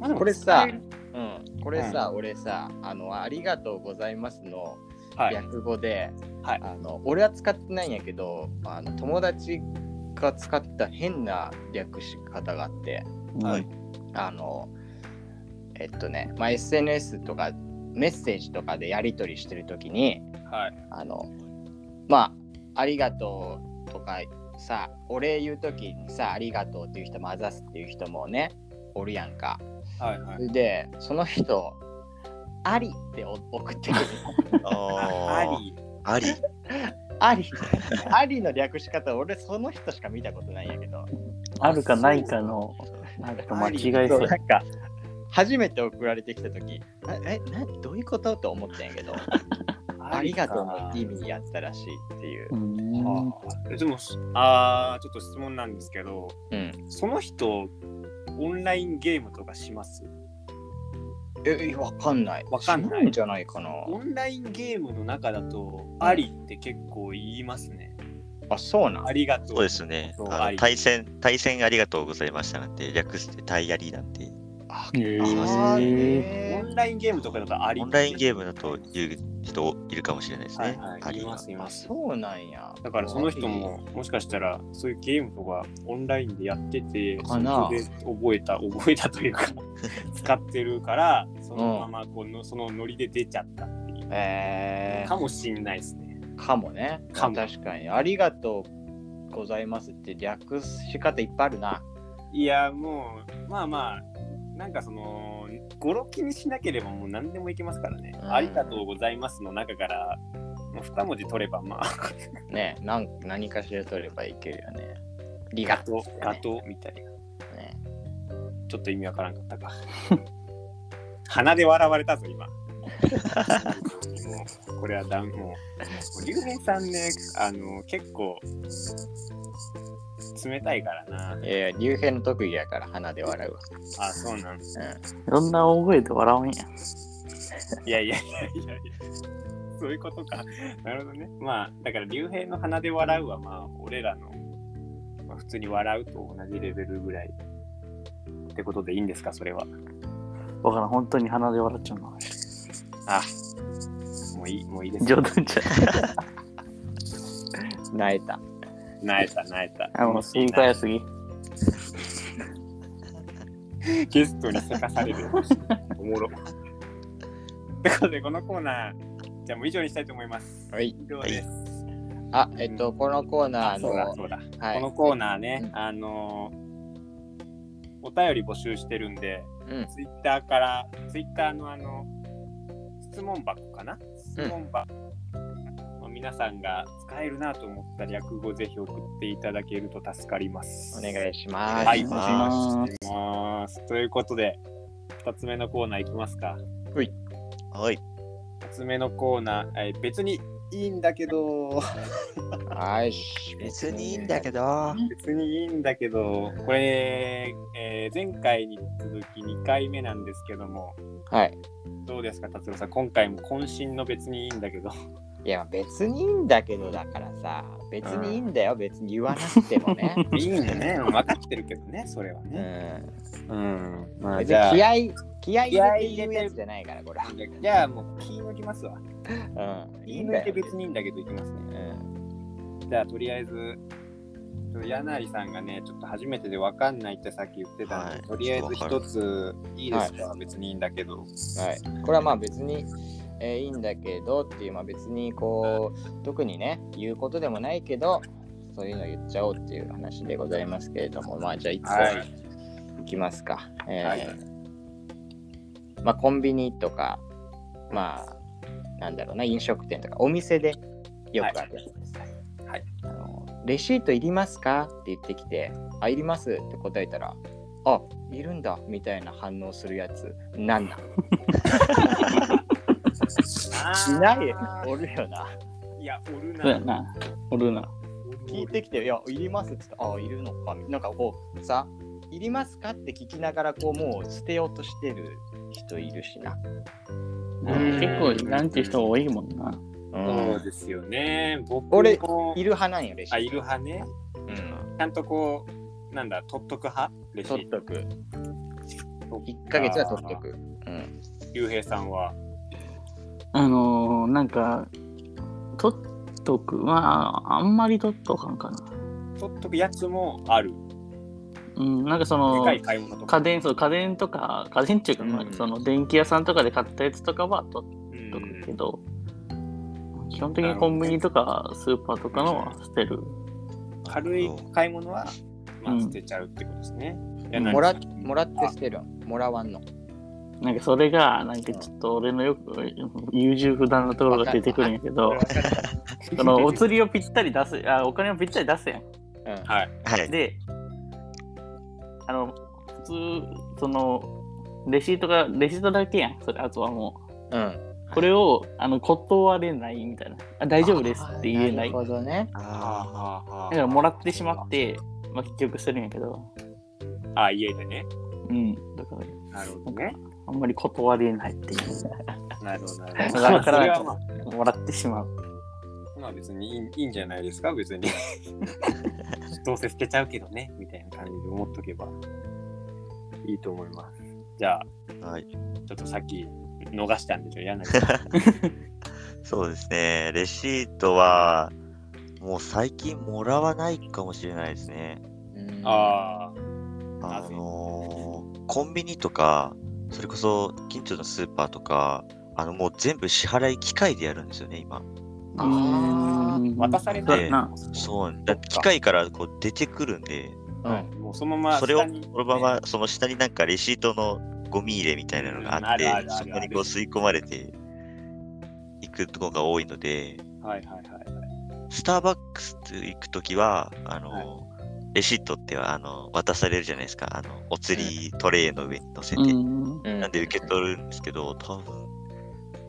Speaker 1: まあでも
Speaker 2: これさ
Speaker 1: 使える
Speaker 2: うん、これさ、俺さあの「ありがとうございます」の
Speaker 1: はい。
Speaker 2: 略語で、
Speaker 1: はい
Speaker 2: あの俺は使ってないんやけどあの友達が使った変な略し方があって
Speaker 4: はい
Speaker 2: あのえっとね、まあ、SNS とかメッセージとかでやり取りしてる時に
Speaker 1: はい。
Speaker 2: あのまあ「ありがとう」とかさお礼言う時にさ「ありがとう」っていう人も「あざす」っていう人もねおるやんか。
Speaker 1: はい。は
Speaker 2: そ
Speaker 1: い。
Speaker 2: れでその人「あり」ってお送ってくる
Speaker 4: あ
Speaker 1: あり。
Speaker 4: あ、あり。
Speaker 2: あり ありの略し方俺その人しか見たことないんやけど
Speaker 3: あるかないかの、なんか間違い
Speaker 2: そ
Speaker 3: そうう。
Speaker 2: なんか初めて送られてきた時「ええなどういうこと?」と思ったんやけど「ありがとう」の意味やったらしいっていう
Speaker 3: う、ん
Speaker 1: あーでも、ああ、ちょっと質問なんですけど、
Speaker 2: うん、
Speaker 1: その人、オンラインゲームとかします
Speaker 2: えわかんない
Speaker 1: わかんない
Speaker 2: しんじゃないかな
Speaker 1: オンラインゲームの中だと、ありって結構言いますね。
Speaker 2: あそうなん
Speaker 1: ありがとう。
Speaker 4: そうですね
Speaker 1: そ。うあ
Speaker 4: あの
Speaker 1: り
Speaker 4: 対戦、対戦ありがとうございましたなんて、略してタイアリなんて。
Speaker 2: あ
Speaker 3: へ
Speaker 2: あ
Speaker 3: ー
Speaker 1: オ
Speaker 2: へ
Speaker 1: ンラインゲームとかだとあり。
Speaker 4: オンラインゲー
Speaker 1: ム
Speaker 4: ムだと言う人いるかもしれないです
Speaker 1: はい
Speaker 4: ね。
Speaker 1: は
Speaker 4: あ
Speaker 1: い。
Speaker 4: り
Speaker 1: い
Speaker 4: が
Speaker 1: ますい
Speaker 2: ーあ
Speaker 1: ます。
Speaker 2: そうなんや
Speaker 1: だからその人ももしかしたらそういうゲームとかオンラインでやってて、
Speaker 2: かな
Speaker 1: それで覚えた、覚えたという か、使ってるから、そのままこの、そのノリで出ちゃったっていう
Speaker 2: えー
Speaker 1: かもしんないですね。
Speaker 2: かもね。
Speaker 1: かも
Speaker 2: 確かに。ありがとうございますって略し方いっぱいあるな。
Speaker 1: いや、もう、まあまあ、なんかその、語呂気にしなければもう何でもいけますからね。
Speaker 2: うん
Speaker 1: ありがとうございますの中から、もう2文字取れば、まあ、
Speaker 2: ねなん何かしら取ればいけるよね。リガ
Speaker 1: ガ
Speaker 2: ト
Speaker 1: ト
Speaker 2: と、か
Speaker 1: ガ
Speaker 2: ね
Speaker 1: トみたいな。
Speaker 2: ね
Speaker 1: ちょっと意味わからんかったか。鼻で笑われたぞ、今。もうこれはダウンもう。竜兵さんね、あの、結構、冷たいからな。
Speaker 2: いやいや、竜兵の特技やから鼻で笑うわ。
Speaker 1: あ、そうなんです。
Speaker 3: そんな大声で笑うんや。
Speaker 1: いやいやいやいやいや。そういうことか。なるほどね。まあ、だから、竜兵の鼻で笑うは、まあ、俺らの、まあ、普通に笑うと同じレベルぐらい。ってことでいいんですか、それは。
Speaker 3: わからん、本当に鼻で笑っちゃうの。
Speaker 1: あ、もういい、もういいです。
Speaker 3: 冗談じゃない。
Speaker 2: うん。泣いた。
Speaker 1: なえた、なえた。
Speaker 3: あもう心配すぎ。
Speaker 1: ゲストにせかされる。おもろ。ということで、このコーナー、じゃあもう以上にしたいと思います。
Speaker 2: はい。
Speaker 1: 以上です。
Speaker 2: あ、えっと、このコーナー
Speaker 1: あ、
Speaker 2: の、
Speaker 1: そうだ、
Speaker 2: は
Speaker 1: そうだ。この
Speaker 2: い。
Speaker 1: コーナーね
Speaker 2: う、ん
Speaker 1: あのーお便り募集してるんで、
Speaker 2: うん。
Speaker 1: ツイッターから、ツイッターのあの、質問箱かな質問箱を見皆さんが使えるなと思った略語ぜひ送っていただけると助かります。
Speaker 2: お願いします。
Speaker 1: はい
Speaker 4: お願いし
Speaker 1: お願いします。ということで、2つ目のコーナーいきますか。
Speaker 4: はい。
Speaker 1: 2つ目のコーナー、えー別にいいんだけど、
Speaker 2: はい。
Speaker 4: 別にいいんだけど。
Speaker 1: 別にいいんだけど、これ、えー前回に続き2回目なんですけども、
Speaker 2: ど。はい。
Speaker 1: どうですか、達郎さん、今回も渾身の別にいいんだけど。
Speaker 2: いや、別にいいんだけどだからさ、別にいいんだよ、別に言わなくて もね。
Speaker 1: いいんだね、分かってるけどね、それは
Speaker 2: う
Speaker 1: ね。
Speaker 2: ん。
Speaker 1: うん、まあ
Speaker 2: 別
Speaker 1: じゃあ、
Speaker 2: に
Speaker 1: じ
Speaker 2: 気
Speaker 1: ゃ
Speaker 2: 合い、気合い入れて言うやつじゃないから、これは。
Speaker 1: あもう気抜きますわ。
Speaker 2: うん。
Speaker 1: 気抜いて別にいいんだけどいきますね。
Speaker 2: うん。
Speaker 1: じゃあとりあえず、ちょっと柳さんがね、ちょっと初めてで分かんないってさっき言ってたんで、
Speaker 4: はい
Speaker 1: とりあえず一つ、いいですか、別にいいんだけど。
Speaker 2: はい。これはまあ別に、えーいいんだけどっていう、まあ別にこう、特にね、言うことでもないけど、そういうの言っちゃおうっていう話でございますけれども、まあじゃあいつ
Speaker 1: はい。
Speaker 2: いきますか。えー
Speaker 1: はい
Speaker 2: まあ、コンビニとか、まあ、なんだろうな、飲食店とか、お店でよくあるやつです。
Speaker 1: いはい
Speaker 2: あのレシートいりますかって言ってきて、あ、いりますって答えたら、あ、いるんだみたいな反応するやつ、なんなんいないおるよな。
Speaker 1: いや、おる
Speaker 3: そうや
Speaker 1: な。
Speaker 3: な。おるな。
Speaker 2: 聞いてきて、いや、いりますって言ったあ、いるのか。なんかこう、さ、いりますかって聞きながら、こう、もう捨てようとしてる人いるしな。
Speaker 1: うん
Speaker 3: 結構、なんていう人多いもんな。
Speaker 2: う
Speaker 1: そうですよね。僕
Speaker 2: 俺
Speaker 1: も
Speaker 2: いる派なんよ、レシ
Speaker 1: あ、い
Speaker 2: ー
Speaker 1: る派ね。
Speaker 2: ト。うん。
Speaker 1: ちゃんとこう、なんだ、取っとく派レシ
Speaker 2: 取っ
Speaker 1: ート
Speaker 2: とく。
Speaker 1: とか
Speaker 2: 1ヶ月は取っとく。うん。
Speaker 1: ゆうへいさんは。
Speaker 3: あのー、なんか、取っとく。まあ、あんまり取っとかんかな。
Speaker 1: 取っとくやつもある。
Speaker 3: うん、なんかそ
Speaker 1: で
Speaker 3: の
Speaker 1: か、い買い物とか。
Speaker 3: 家電、そう、家電とか、家電っていうか、まあ
Speaker 2: うん
Speaker 3: その、電気屋さんとかで買ったやつとかは取っ
Speaker 1: うん
Speaker 3: とくけど、基本的にコンビニとか、スーパーとかのは捨てる。
Speaker 1: 軽い買い物は、ま
Speaker 3: う
Speaker 1: あ、
Speaker 3: ん
Speaker 1: 捨てちゃうってことですね。
Speaker 3: うん
Speaker 1: 柳
Speaker 2: もら
Speaker 1: さん
Speaker 2: もらって捨てるんもらわんの。
Speaker 3: なんかそれが、なんかちょっと俺のよく優柔不断なところが出てくるんやけど、 そのお釣りをぴったり出す、あお金をぴったり出すやん。
Speaker 2: うん。
Speaker 1: あはい。
Speaker 4: はい。
Speaker 3: で、あの、普通、その、レシートが、レシートだけやん、それ、あとはも
Speaker 2: うん。
Speaker 3: う。これを、あの、断れないみたいな。あ大丈夫ですって言えな
Speaker 2: あーる
Speaker 3: い。だ
Speaker 2: ほどね。
Speaker 4: あ
Speaker 1: あ
Speaker 3: か、らもらってしまって、まあ、結局するんやけど、
Speaker 1: ああ、家でね。
Speaker 3: うん。だから、
Speaker 1: なるほどね。
Speaker 3: あんまり断れないっていう。
Speaker 1: なるほど、 なるほど。
Speaker 3: だか
Speaker 1: それ
Speaker 3: ら
Speaker 1: はまあ、
Speaker 3: もらってしまう。
Speaker 1: まあ別にいいいいんじゃないですか、別に。 どうせ捨てちゃうけどね、みたいな感じで思っとけばいいと思います。じゃあ、
Speaker 4: あ。はい。
Speaker 1: ちょっとさっき逃したんでしょ、柳さん。
Speaker 4: そうですね。レシートは、もう最近もらわないかもしれないですね。
Speaker 2: うん
Speaker 1: あ
Speaker 4: あのーコンビニとか、それこそ近所のスーパーとか、あのもう全部支払い機械でやるんですよね、今。
Speaker 2: あー
Speaker 3: うん
Speaker 1: 渡されない
Speaker 3: そうやな。
Speaker 4: そう、だ機械からこう出てくるんで、
Speaker 1: あ、はい、もうそのまま
Speaker 4: それを
Speaker 1: 下に
Speaker 4: このままその下になんかレシートのゴミ入れみたいなのがあっ
Speaker 1: うんあるあるあ
Speaker 4: て、
Speaker 1: るある
Speaker 4: そこにこう吸い込まれていくとこが多いので、
Speaker 1: はいはいはい。
Speaker 4: スターバックス行くときは、あの、
Speaker 1: はい
Speaker 4: レシートってあの渡されるじゃないですか。あのお釣りトレイの上に乗せて、
Speaker 3: う
Speaker 2: う
Speaker 3: ん。
Speaker 2: ん
Speaker 4: なんで受け取るんですけど、多分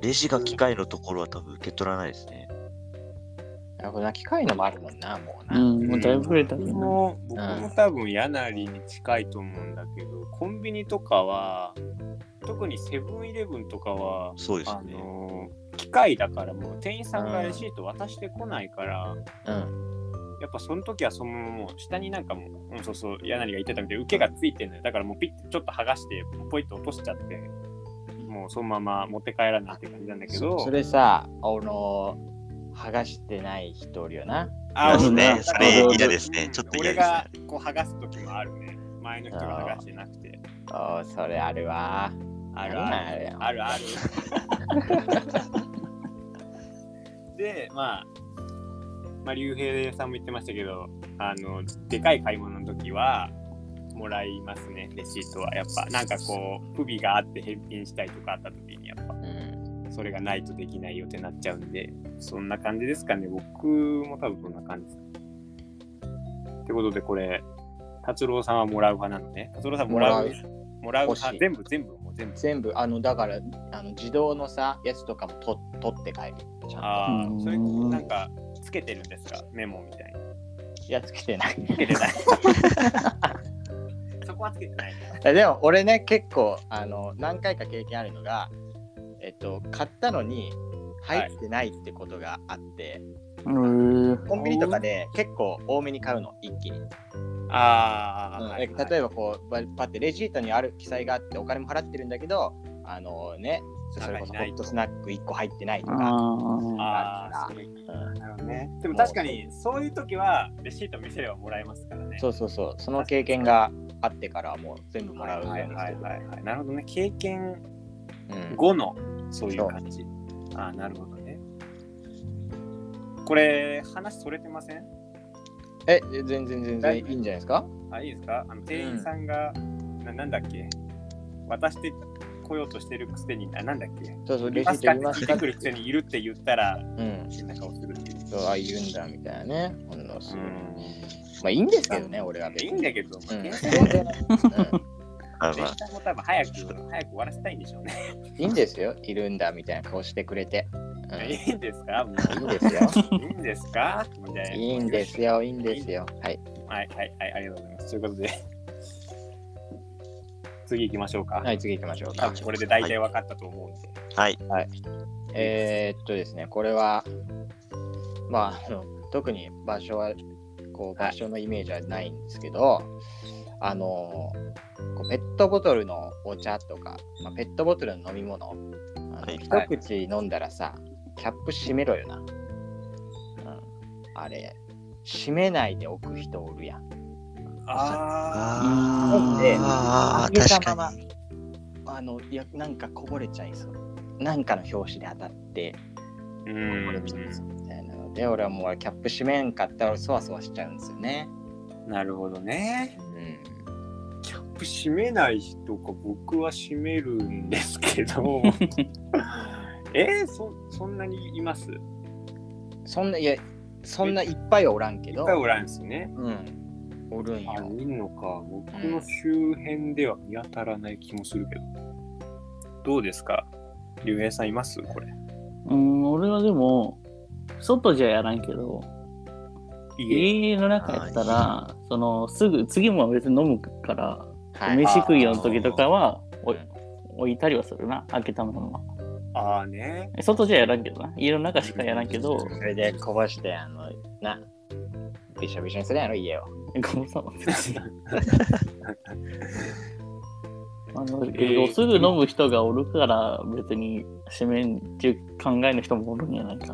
Speaker 4: レジが機械のところは多分受け取らないですね。
Speaker 2: なるほどな。機械のもあるもんな、もう
Speaker 3: う
Speaker 2: な。
Speaker 3: ん、もうだいぶ増えたけ
Speaker 1: 僕
Speaker 3: どな。
Speaker 1: も僕も多分柳に近いと思うんだけど、コンビニとかは特にセブンイレブンとかは、
Speaker 4: そうです
Speaker 1: あ
Speaker 4: ね。
Speaker 1: のー機械だからもう店員さんがレシート渡してこないから、
Speaker 2: うん。
Speaker 1: やっぱその時はそのままもう下になんかもう、うん、そうそう柳が言ってたみたいに受けがついてるのよだからもうピッてちょっと剥がしてポイッと落としちゃってもうそのまま持って帰らないって感じなんだけど
Speaker 2: そそれさ、あのー、剥がしてない人おるよな。
Speaker 1: あ
Speaker 3: そうね
Speaker 1: 俺
Speaker 3: それ
Speaker 1: うん
Speaker 3: 嫌
Speaker 4: ですねちょっと
Speaker 1: 俺
Speaker 4: 嫌ですね
Speaker 1: がこう剥がす時もあるね前の人が剥がしてなくて
Speaker 2: おーそれあるわ。
Speaker 1: ある
Speaker 2: あ
Speaker 1: あ
Speaker 2: る
Speaker 1: る
Speaker 2: よ
Speaker 1: あるあるでまあまあ竜兵さんも言ってましたけどあのでかい買い物の時はもらいますねレシートはやっぱなんかこう不備があって返品したりとかあった時にやっぱ
Speaker 2: うん。
Speaker 1: それがないとできない予定になっちゃうんで、そんな感じですかね。僕も多分そんな感じです。ってことで、これ、達郎さんはもらう派なのね。達郎さんもらう。
Speaker 2: もら
Speaker 1: もらう
Speaker 2: 欲
Speaker 1: 派
Speaker 2: しい
Speaker 1: 全部、全部、もう全部。
Speaker 2: 全部あのだからあの自動のさやつとかもと取って帰るちゃんと
Speaker 1: ああ、それ、
Speaker 3: うん
Speaker 1: なんか、つけてるんですかメモみたいな。
Speaker 2: いやつけてない
Speaker 1: つけてない。そこはつけてない。
Speaker 2: でも俺ね結構あの何回か経験あるのがえっと買ったのに入ってないってことがあって、
Speaker 3: うん。
Speaker 2: コンビニとかで結構多めに買うの一気に、
Speaker 1: ああ、
Speaker 2: うん
Speaker 1: はい
Speaker 2: 例えばこうばパッてレジートにある記載があってお金も払ってるんだけどあのねそれこそホットスナック1個入ってないとか
Speaker 3: ああ。
Speaker 1: ああ、
Speaker 2: うん
Speaker 1: なるほどね。でも確かに、そういう時は、レシート見せればもらえますからね。
Speaker 2: そうそうそうその経験があってからはもう全部もらうよう
Speaker 1: はい
Speaker 2: にし
Speaker 1: は
Speaker 2: て
Speaker 1: い
Speaker 2: る
Speaker 1: はいはい。なるほどね。経験
Speaker 2: うん
Speaker 1: 後の、そういう感じ。ああ、なるほどね。これ、話それてません
Speaker 2: え、全然全然
Speaker 1: 大
Speaker 2: い
Speaker 1: 丈夫
Speaker 2: いんじゃないですか
Speaker 1: あ、いいですかあの店員さんが、ななんだっけ渡して来ようとしてるくせに、あ、なんだっけ
Speaker 2: そうそう、
Speaker 1: い
Speaker 2: レシ
Speaker 1: ま
Speaker 2: ー
Speaker 1: す
Speaker 2: ト
Speaker 1: かっ
Speaker 2: 言い
Speaker 1: て
Speaker 2: ます
Speaker 1: 聞い
Speaker 2: か
Speaker 1: てくるくせにいるって言ったら、
Speaker 2: うん。
Speaker 1: 変な顔するっていう。
Speaker 2: そう、あ、いるんだみたいなね。ほんのすごい
Speaker 1: うん
Speaker 2: まあいいんですけどね、俺は別
Speaker 1: い
Speaker 2: に。
Speaker 1: いんだけど、
Speaker 2: う
Speaker 1: 店
Speaker 2: ん
Speaker 1: 員さん
Speaker 2: 全然
Speaker 4: まあ
Speaker 1: 店
Speaker 4: ま
Speaker 1: 員
Speaker 4: あ、
Speaker 1: さんも多分早く、早く終わらせたいんでしょうね。
Speaker 2: うんいいんですよ、いるんだみたいな顔してくれて。うん
Speaker 1: いいんですかも
Speaker 2: いいですよ。
Speaker 1: ういいんですかみたいな。
Speaker 2: いいんですよ、いいんですよ。はい。
Speaker 1: はいはいはい、ありがとうございます。ということで、 次行きましょうか。
Speaker 2: はい、次行きましょう
Speaker 1: 多
Speaker 2: か
Speaker 1: 分。これで大体分かったと思うんで。
Speaker 4: はい。
Speaker 2: えーっとですね、これは、まあ、あの特に場所は、こう、
Speaker 1: はい
Speaker 2: 場所のイメージはないんですけど、あの、こうペットボトルのお茶とか、まあ、ペットボトルの飲み物、あの
Speaker 4: はい
Speaker 2: 一口飲んだらさ、キャップ閉めろよな。うん、あれ、閉めないで置く人おるやん。
Speaker 1: あ
Speaker 4: あー
Speaker 2: で
Speaker 4: あー、
Speaker 2: 開けた
Speaker 4: 確
Speaker 2: まま
Speaker 4: かに。
Speaker 2: あの、いや、なんかこぼれちゃいそう。なんかの表紙で当たって、
Speaker 1: ーうん
Speaker 2: これ見てますみたいなので俺はもうキャップ閉めんかったらそわそわしちゃうんですよね。
Speaker 1: なるほどね。
Speaker 2: うん、
Speaker 1: キャップ閉めない人か、僕は閉めるんですけど。えー、そそんなにいますいっ
Speaker 2: そんないやそんないっぱいはおらんけど
Speaker 1: ぱいおらんですね。
Speaker 2: うん、おるんよ
Speaker 1: あ、。いんのか。僕の周辺では見当たらない気もするけど。どうですか竜兵さんいますこれ。
Speaker 3: うん、俺はでも、外じゃやらんけど、
Speaker 1: 家
Speaker 3: 家の中やったら、その、すぐ、次も別に飲むから、
Speaker 2: はい、
Speaker 3: 飯食いよの時とかは、
Speaker 2: う
Speaker 3: お
Speaker 2: ん
Speaker 3: 置いたりはするな、開けたまま。
Speaker 1: ああね。
Speaker 3: 外じゃやらんけどな、家の中しかやらんけど、
Speaker 2: それでこぼしてあのなびしょびしょにするやろ家を。
Speaker 3: ごめんなさいあの
Speaker 1: ー
Speaker 3: すぐ飲む人がおるから別に締めんっていう考えの人もおるんじゃないかな。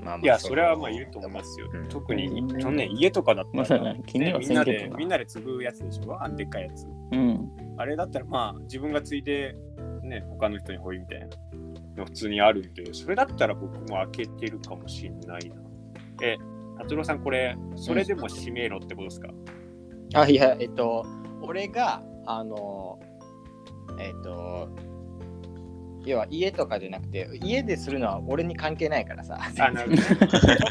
Speaker 2: まあまあ
Speaker 1: いや、それはまあいると思いますよ。
Speaker 2: うん
Speaker 1: 特
Speaker 3: う
Speaker 1: に、
Speaker 3: ん
Speaker 1: 去年家とかだった
Speaker 3: ま
Speaker 1: ら、
Speaker 3: さに気に
Speaker 1: ね
Speaker 3: は
Speaker 1: み
Speaker 3: せ
Speaker 1: ん
Speaker 3: ん
Speaker 1: な
Speaker 3: け
Speaker 1: で
Speaker 3: ど、
Speaker 1: みん
Speaker 3: な。
Speaker 1: なで継ぐやつでしょあんでっかいやつ。
Speaker 3: うん。
Speaker 1: あれだったらまあ自分が継いで、ね、他の人にほいみたいな。普通にあるんで、それだったら僕も開けてるかもしれないな。え、達郎さん、これ、それでも閉めろってことですか
Speaker 2: あいやえっと俺があのえっと要は家とかじゃなくて家でするのは俺に関係ないからさ。
Speaker 1: あ、なるほど ね。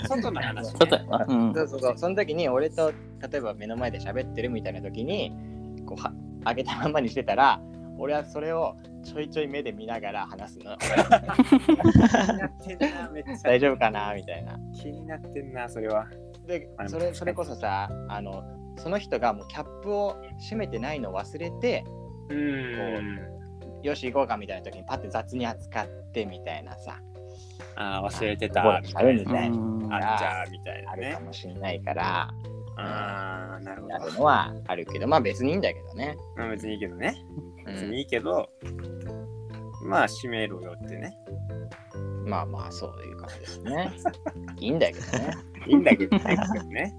Speaker 1: 外の話、ね。
Speaker 3: 外やな。うん
Speaker 2: そ。うそうそうその時に俺と例えば目の前で喋ってるみたいな時にこうは上げたままにしてたら俺はそれをちょいちょい目で見ながら話す の
Speaker 1: やってんな、めっち
Speaker 2: 大丈夫かなみたいな
Speaker 1: 気になってんな、それは。
Speaker 2: で
Speaker 1: あでも
Speaker 2: それそれこそさあのその人がもうキャップを閉めてないのを忘れて
Speaker 1: うん。
Speaker 2: よし行こうかみたいな時にパッて雑に扱ってみたいなさ
Speaker 1: あー、忘れて
Speaker 2: こ
Speaker 1: た。
Speaker 2: う
Speaker 1: み
Speaker 2: したゃべ
Speaker 1: い
Speaker 2: るみ
Speaker 1: な。
Speaker 2: たい
Speaker 1: あ
Speaker 2: なん
Speaker 1: じゃあ、みたいな
Speaker 2: ある
Speaker 1: ね
Speaker 2: か。もしれないから
Speaker 1: ああ、なるほ
Speaker 2: やる
Speaker 1: ど。
Speaker 2: のはあるけどまあ別にいいんだけどね、
Speaker 1: まあ別にいいけどね。
Speaker 2: う
Speaker 1: 別
Speaker 2: ん
Speaker 1: にいいけど、まあ閉めろよってね。
Speaker 2: まあまあそういう感じですねいいんだけどね
Speaker 1: いいんだけどね。確かにね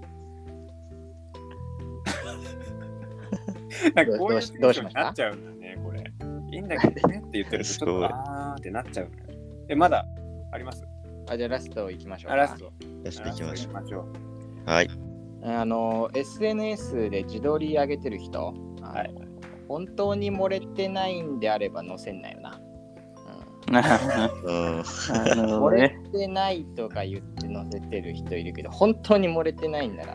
Speaker 1: なんかこういうテンションになっちゃうんだね、これ。いいんだけどねって言ってると、ちょっ
Speaker 4: すごい
Speaker 1: とあーってなっちゃうのよ。え、まだあります
Speaker 2: あじゃあラストいきましょう
Speaker 1: あ
Speaker 2: か。
Speaker 1: ラスト。
Speaker 4: 出していきましょ
Speaker 1: ラスト行きましょう。
Speaker 4: う。はい。
Speaker 2: あの SNS で自撮り上げてる人、あの
Speaker 1: はい
Speaker 2: 本当に漏れてないんであれば載せんなよな。うん
Speaker 3: な
Speaker 4: うん。
Speaker 3: るほど
Speaker 2: 漏れ
Speaker 3: ね。
Speaker 2: てないとか言って載せてる人いるけど、本当に漏れてないんなら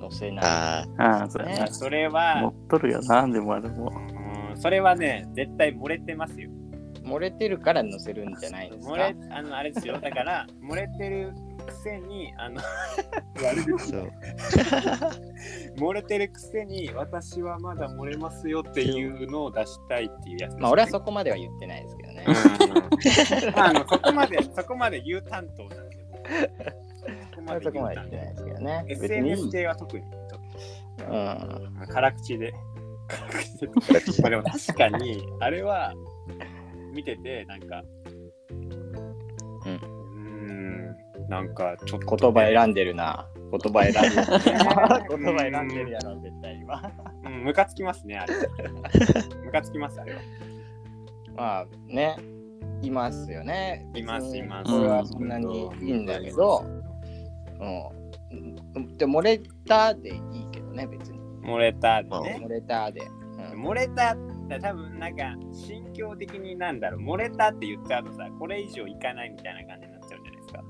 Speaker 2: 載せない。
Speaker 4: あ
Speaker 3: ああ、そうや
Speaker 1: まあそれは
Speaker 3: な。持、っとるよな、でもあれも。
Speaker 1: うんそれはね、絶対漏れてますよ。
Speaker 2: 漏れてるから載せるんじゃないですか
Speaker 1: 漏。れ、あの、あれですよ。だから、 漏れてるくせに、あの、悪い
Speaker 4: あ、そう。
Speaker 1: 漏れてるくせに、私はまだ漏れますよっていうのを出したいっていうやつ、
Speaker 2: まあ俺はそこまでは言ってないですけどね。
Speaker 1: うんまああのそこまで、そこまで言う担当なんで、僕そこ
Speaker 2: 俺はそこまで言ってな
Speaker 1: 担
Speaker 2: いですけどね。
Speaker 1: 当
Speaker 2: 別にい
Speaker 1: SNS
Speaker 2: い。
Speaker 1: 系は特に、
Speaker 2: うん。
Speaker 1: 辛口で。辛口でまあでも確かに、あれは見てて、なんか、、
Speaker 2: うん
Speaker 1: うーん、なんかちょっと、
Speaker 2: 言葉選んでるな。 言葉選んでる。
Speaker 1: うん
Speaker 2: 言葉選んでるやろ、絶対今。
Speaker 1: うん、ムカつきますね、あれ。ムカつきます、あれは。
Speaker 2: まあね、いますよね。
Speaker 1: います、います。
Speaker 2: これは
Speaker 3: うん
Speaker 2: そんなにいいんだけど、うん。で、漏れたでいいけどね、別に。
Speaker 1: 漏れたでね。
Speaker 2: 漏れたで。うん
Speaker 1: 漏れたって多分なんか心境的になんだろう漏れたって言っちゃうとさこれ以上いかないみたいな感じになっちゃうじゃないですか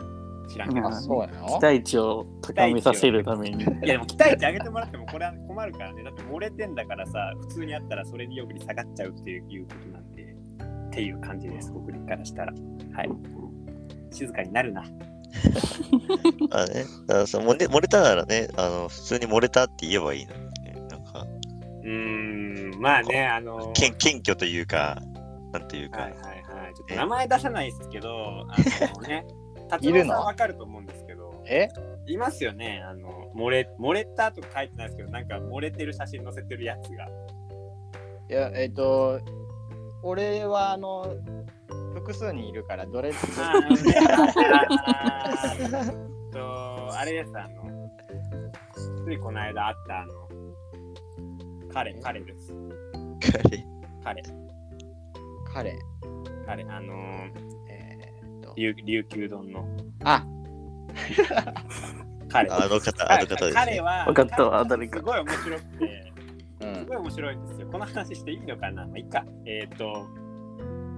Speaker 1: 知らんけど
Speaker 3: う
Speaker 2: あ、そうな
Speaker 3: 期
Speaker 2: の
Speaker 3: 待値を高めさせるために。
Speaker 1: いやでも期待値上げてもらってもこれは困るからねだって漏れてんだからさ普通にあったらそれによくに下がっちゃうっていうことなんでっていう感じです僕からしたらはい静かになるな
Speaker 4: あね、だからそう漏れ漏れたならね、あの普通に漏れたって言えばいいのにね。なんか、
Speaker 1: うーんまあねあの
Speaker 4: 謙謙虚というか、なんていうか、
Speaker 1: はい はいはいちょっと名前出さないですけどあのね達
Speaker 2: いる
Speaker 1: 郎
Speaker 2: の
Speaker 1: さんわかると思うんですけど
Speaker 2: え
Speaker 1: いますよね。あの、漏れ、漏れたとか書いてないですけど、なんか漏れてる写真載せてるや つが。
Speaker 2: いや、えっ、と、俺はあの、複数にいるから、 どれ
Speaker 1: あーあー、えっと、あれです、あの、ついこの間あった、あの、彼、彼です。彼、
Speaker 4: 彼
Speaker 2: 彼、
Speaker 1: 彼、あのー、
Speaker 2: えーっと、
Speaker 1: 琉琉球丼の
Speaker 2: あ、
Speaker 1: 彼。
Speaker 4: あの方、あの方です、
Speaker 1: 彼
Speaker 4: ね。
Speaker 1: は、
Speaker 3: わかったわ
Speaker 1: 彼は
Speaker 3: 誰か
Speaker 1: すごい面白くて。
Speaker 2: う
Speaker 1: す
Speaker 2: ん
Speaker 1: ごい面白いんですよ。この話していいのかなまあ、いいか。えっ、と、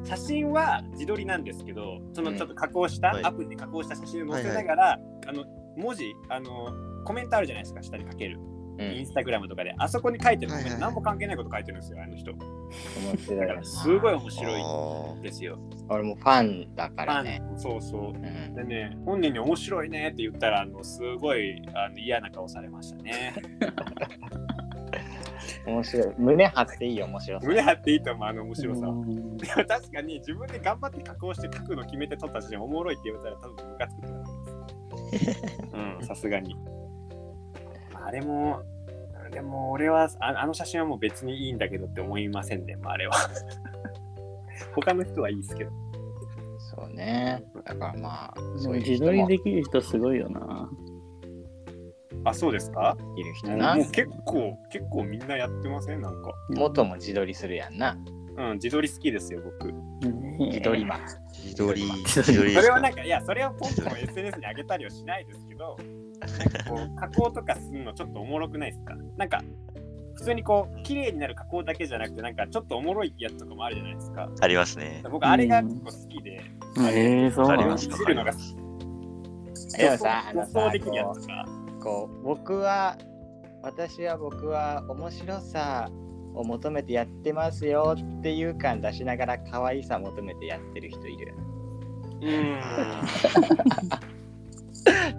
Speaker 1: 写真は自撮りなんですけど、そのちょっと加工した、
Speaker 4: はい
Speaker 1: アプリで加工した写真を載せながら、あの、文字、あの、コメントあるじゃないですか、下に書ける。
Speaker 2: う
Speaker 1: イン
Speaker 2: ん、
Speaker 1: スタグラムとかで、あそこに書いてるコメント、
Speaker 4: はいはい
Speaker 1: 何も関係ないこと書いてるんですよ、あの人。だ
Speaker 2: 面白い
Speaker 1: から、すごい面白い
Speaker 4: あ
Speaker 1: んですよ。
Speaker 2: 俺もファンだからね。
Speaker 1: ファンそうそうう。
Speaker 2: ん、
Speaker 1: でね、本人に面白いねって言ったら、あのすごいあの嫌な顔されましたね。
Speaker 2: 面白い。胸張っていいよ、面白さ。
Speaker 1: 胸張っていいと思う、あの面白さは。
Speaker 3: うん
Speaker 1: でも 確かに自分で頑張って加工して書くの決めて撮った時点おもろいって言われたら多分ムカつくと思います。うん、さすがに。まああれも、でも俺はああの写真はもう別にいいんだけどって思いませんね、まあ、あれは。 他の人はいいですけど。
Speaker 2: そうね。だからまあ、
Speaker 3: で
Speaker 2: そ
Speaker 3: も
Speaker 2: ういう
Speaker 3: 自
Speaker 2: 人
Speaker 3: 撮り
Speaker 2: も
Speaker 3: できる人すごいよな。
Speaker 1: あ、そうですか
Speaker 2: いる人な
Speaker 1: も。う結構、結構みんなやってませんなんか。
Speaker 2: 元も自撮りするやんな。
Speaker 1: うん、自撮り好きですよ、僕。
Speaker 2: 自撮りは。
Speaker 4: ー自撮り、
Speaker 3: 自
Speaker 4: 自
Speaker 3: 撮
Speaker 4: 撮
Speaker 3: り
Speaker 4: り
Speaker 1: そ
Speaker 4: です
Speaker 1: れは
Speaker 4: か
Speaker 1: なんか、いや、それをポンポン SNS に上げたりはしないですけど、なんかこう、加工とかするのちょっとおもろくないですかなんか、普通にこう、綺麗になる加工だけじゃなくて、なんかちょっとおもろいやつとかもあるじゃないですか。
Speaker 4: ありますね。
Speaker 1: 僕、あれが結構好きで、
Speaker 3: ええ、そう
Speaker 4: あ
Speaker 3: な
Speaker 4: り
Speaker 3: の
Speaker 4: ます
Speaker 1: 見るのが
Speaker 2: でもさ、あ
Speaker 1: 予
Speaker 2: の
Speaker 1: 想
Speaker 2: さ
Speaker 1: できるや
Speaker 2: こ
Speaker 1: つとか。
Speaker 2: う、こう僕は、私は僕は面白さを求めてやってますよっていう感出しながら可愛さ求めてやってる人いる。
Speaker 1: うん。
Speaker 4: あ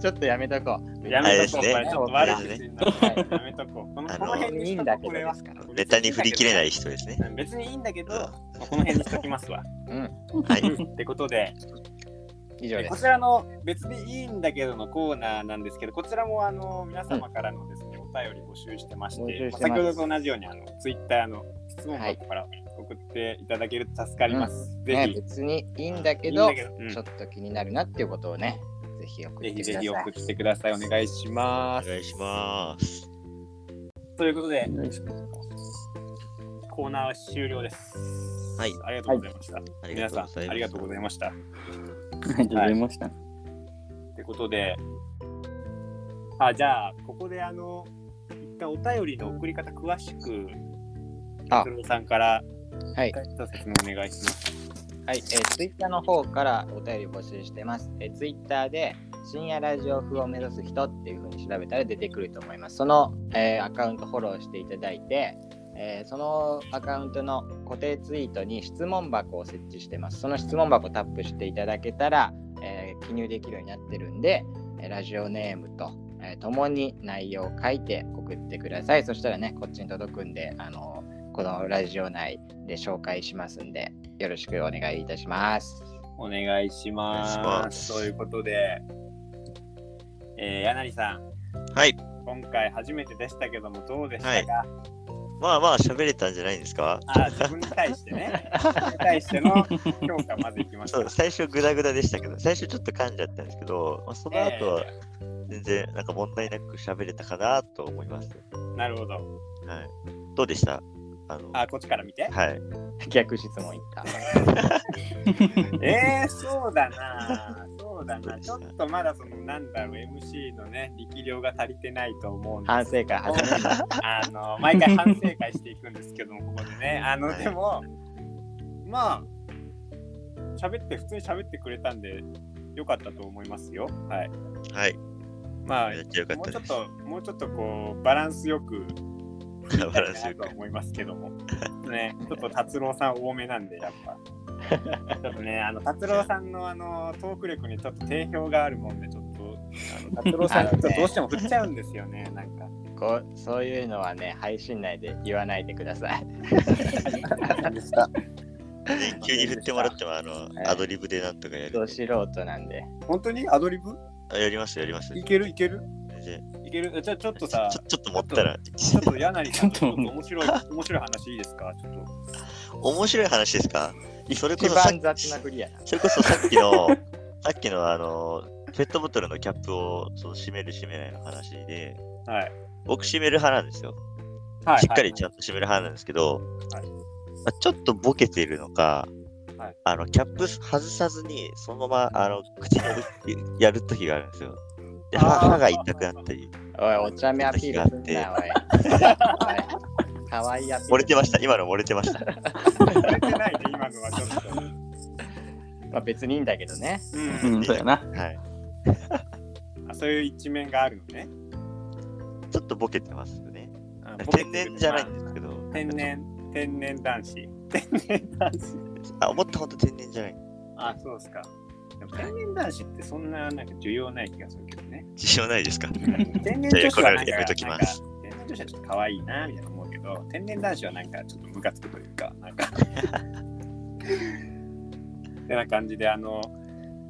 Speaker 2: ちょっとやめとこう。
Speaker 1: やめとこう、これちょっと悪い口になる
Speaker 2: はい
Speaker 1: やめとこう。この
Speaker 4: あ
Speaker 1: こ
Speaker 4: の
Speaker 1: の辺に
Speaker 2: いい
Speaker 1: し
Speaker 2: ん
Speaker 1: と
Speaker 2: だ
Speaker 1: こ
Speaker 2: け
Speaker 1: こ
Speaker 2: ど
Speaker 1: れは
Speaker 2: ですから。
Speaker 4: ーネタに振り切れない人ですね。
Speaker 1: うん別にいいんだけど、この辺にしときますわ。
Speaker 2: うん、
Speaker 4: はい。
Speaker 1: ってことで、
Speaker 2: 以上で
Speaker 1: こ
Speaker 2: す。
Speaker 1: ちらの別にいいんだけどのコーナーなんですけど、こちらもあの皆様からのですね、お便り募集してまして、
Speaker 2: 募集してます
Speaker 1: 先ほどと同じようにあのツイッターの質問箱から送っていただけると助かります。
Speaker 2: ね、
Speaker 1: ぜ
Speaker 2: 別にいいんだ
Speaker 1: ひ、
Speaker 2: け
Speaker 1: い
Speaker 2: ど、
Speaker 1: いんだけどうん
Speaker 2: ちょっと気になるなっていうことをね、ぜひ送
Speaker 1: ぜ
Speaker 2: って
Speaker 1: ひぜ
Speaker 2: ください。
Speaker 1: ひ送ってください。お願いしま
Speaker 4: お
Speaker 1: す。
Speaker 4: 願いします。
Speaker 1: ということで、
Speaker 3: よいしょ
Speaker 1: コーナーは終了です。
Speaker 4: はい
Speaker 1: ありがとうございました。
Speaker 4: あり
Speaker 1: 皆
Speaker 4: がとう
Speaker 1: さ
Speaker 4: ございます。
Speaker 1: ん、ありがとうございました。
Speaker 3: ありがとうございました。
Speaker 1: ってことで、あ、じゃあ、ここであの、一旦お便りの送り方詳しく、
Speaker 2: あ
Speaker 1: 達郎さんから、
Speaker 2: はい
Speaker 1: 一回一つ説明お願いします。
Speaker 2: はい、えー、ツイッターの方からお便り募集してます。えー、ツイッターで深夜ラジオ風を目指す人っていう風に調べたら出てくると思います。その、えーアカウントフォローしていただいて、えーそのアカウントの固定ツイートに質問箱を設置してます。その質問箱をタップしていただけたら、えー記入できるようになってるんで、えーラジオネームと、えー、共に内容を書いて送ってください。そしたらね、こっちに届くんで、あのこのラジオ内で紹介しますんで、よろしくお願いいたします。
Speaker 1: お願いします。
Speaker 4: お願いします
Speaker 1: ということで、えー、柳さん、
Speaker 4: はい。
Speaker 1: 今回初めてでしたけども、どうでしたか、
Speaker 4: まあまあ喋れたんじゃないんですか
Speaker 1: あー自分に対してね、自分に対しての評価まずいきまし
Speaker 4: そ
Speaker 1: た
Speaker 4: う。最初グダグダでしたけど、最初ちょっと噛んじゃったんですけど、まあ、その後は全然なんか問題なく喋れたかなと思います。
Speaker 1: なるほど。
Speaker 4: はい。どうでしたあの、
Speaker 1: あ、こっちから見て。
Speaker 4: はい。
Speaker 2: 逆質問いった。
Speaker 1: えー、そうだな。そうだな。ちょっとまだその、なんだろう、MC のね、力量が足りてないと思うんです
Speaker 2: 反省会始め ます。
Speaker 1: あの毎回反省会していくんですけども、ここでね。あの
Speaker 4: はい
Speaker 1: でも、まあ、喋って、普通に喋ってくれたんで、良かったと思いますよ。はい。
Speaker 4: はい。
Speaker 1: まあ
Speaker 4: や、ってよかっ
Speaker 1: もう
Speaker 4: た
Speaker 1: ちょっ
Speaker 4: です。
Speaker 1: と、もうちょっとこう、バランスよく、
Speaker 4: バランスよ
Speaker 1: と
Speaker 4: く。
Speaker 1: 思いますけども。ね、ちょっと達郎さん多めなんで、やっぱ。ちょっとね、あの達郎さんのあのトーク力にちょっと定評があるもんで、ちょっと、あの達郎さん、ちょっとどうしても振っちゃうんですよね、なんか。
Speaker 2: こうそういうのはね、配信内で言わないでください。
Speaker 4: 急に振ってもらっても、あの、
Speaker 2: い
Speaker 4: アドリブでなんとかやる
Speaker 2: ど。素人なんで。
Speaker 1: 本当にアドリブ
Speaker 4: あやりますやります。
Speaker 1: いけるいける
Speaker 4: 全然
Speaker 1: いけるじゃあちょっとさ
Speaker 4: ちょ、ちょっと持ったら、
Speaker 1: ちょっと柳さん、ち
Speaker 3: ち
Speaker 1: ょ
Speaker 3: ょ
Speaker 1: っ
Speaker 3: っ
Speaker 1: と
Speaker 3: と
Speaker 1: 面白い、面白い話いいですかちょっと。
Speaker 4: 面白い話ですかそれこ
Speaker 2: 一
Speaker 4: そさっ
Speaker 2: 番雑なクリアな。
Speaker 4: それこそさっ きの、さっきのあの、ペットボトルのキャップをそう閉める閉めないの話で、
Speaker 1: はい。
Speaker 4: 僕閉める派なんですよ。
Speaker 1: はい、
Speaker 4: しっかりちゃんと閉める派なんですけど、
Speaker 1: はい
Speaker 4: あちょっとボケているのか、
Speaker 1: はい
Speaker 4: あのキャップ外さずに、そのままあの口に置いてやるときがあるんですよ。で
Speaker 1: あー
Speaker 4: 歯歯が痛くなったり、
Speaker 2: おい、お茶目アピールすんな、おい。おいかわいいアピール。
Speaker 4: 漏れてました、今の漏れてました。
Speaker 1: 触れてないね、今のはちょっと。
Speaker 2: まあ別にいいんだけどね。
Speaker 1: う
Speaker 3: うんん、そうやな。
Speaker 4: はい、
Speaker 1: あ。そういう一面があるのね。
Speaker 4: ちょっとボケてますよね。
Speaker 1: あ
Speaker 4: 天然じゃないんですけど、
Speaker 1: 天然、天然男子。天然男子。
Speaker 4: あ思ったほど天然じゃない。
Speaker 1: あ、そうですか。でも天然男子ってそんななんか重要ない気がするけどね。
Speaker 4: 自信はないですか
Speaker 1: 天然女子はなん
Speaker 4: じゃ
Speaker 1: か
Speaker 4: あこれはやめときます
Speaker 1: なんか天然女子はちょっと可愛いなみたいな思うけど、天然男子はなんかちょっとムカつくというか、 なんか。てな感じで、あの、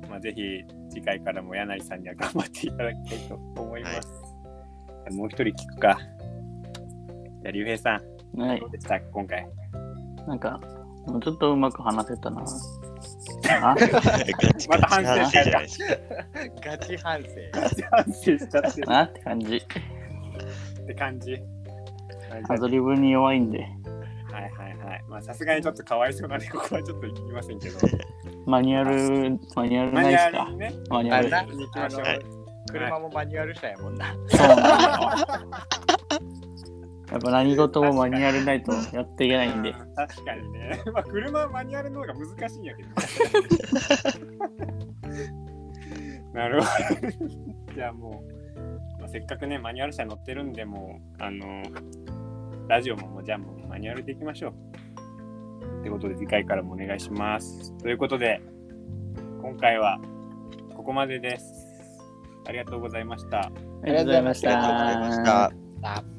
Speaker 1: まあ、ぜひ次回からも柳井さんには頑張っていただきたいと思います。もう一人聞くか。じゃあ、竜兵さん、
Speaker 3: はい
Speaker 1: どう。でした今回。
Speaker 3: なんか、もうちょっとうまく話せたな。あ
Speaker 4: ガチガチ
Speaker 1: また反省
Speaker 4: 反省
Speaker 1: しちゃ
Speaker 4: じ
Speaker 1: った
Speaker 4: ゃないですか。
Speaker 2: ガチ反省。
Speaker 1: 反省しちゃってる
Speaker 3: なって感じ。
Speaker 1: って感じ。はい
Speaker 3: アドリブに弱いんで。
Speaker 1: はいはいはい。まあ、さすがにちょっとかわいそうなんで、ここはちょっと行きませんけど。
Speaker 3: マニュアル、マニュアル
Speaker 1: マ
Speaker 3: な
Speaker 1: ニ
Speaker 3: いで
Speaker 1: ュア
Speaker 3: す
Speaker 1: ル
Speaker 3: か
Speaker 1: にね。
Speaker 3: マニュ
Speaker 2: あ
Speaker 3: ア
Speaker 1: は
Speaker 3: ル
Speaker 1: い。
Speaker 2: な
Speaker 1: 行き
Speaker 2: あ
Speaker 1: ましょう
Speaker 4: はい
Speaker 2: の車もマニュアル車やもんな。
Speaker 3: そうなんですよ。やっぱ何事もマニュアルないとやっていけないんで。
Speaker 1: うん確かにね。 まあ、車はマニュアルの方が難しいんやけど。 なるほど。 じゃあもう、まあ、せっかくね、マニュアル車乗ってるんで、もう、あの、ラジオももうじゃあもうマニュアルでいきましょう。ってことで、次回からもお願いします。ということで、今回はここまでです。ありがとうございました。
Speaker 3: ありがとうございまし
Speaker 4: ありがとうございました
Speaker 3: た。
Speaker 2: あ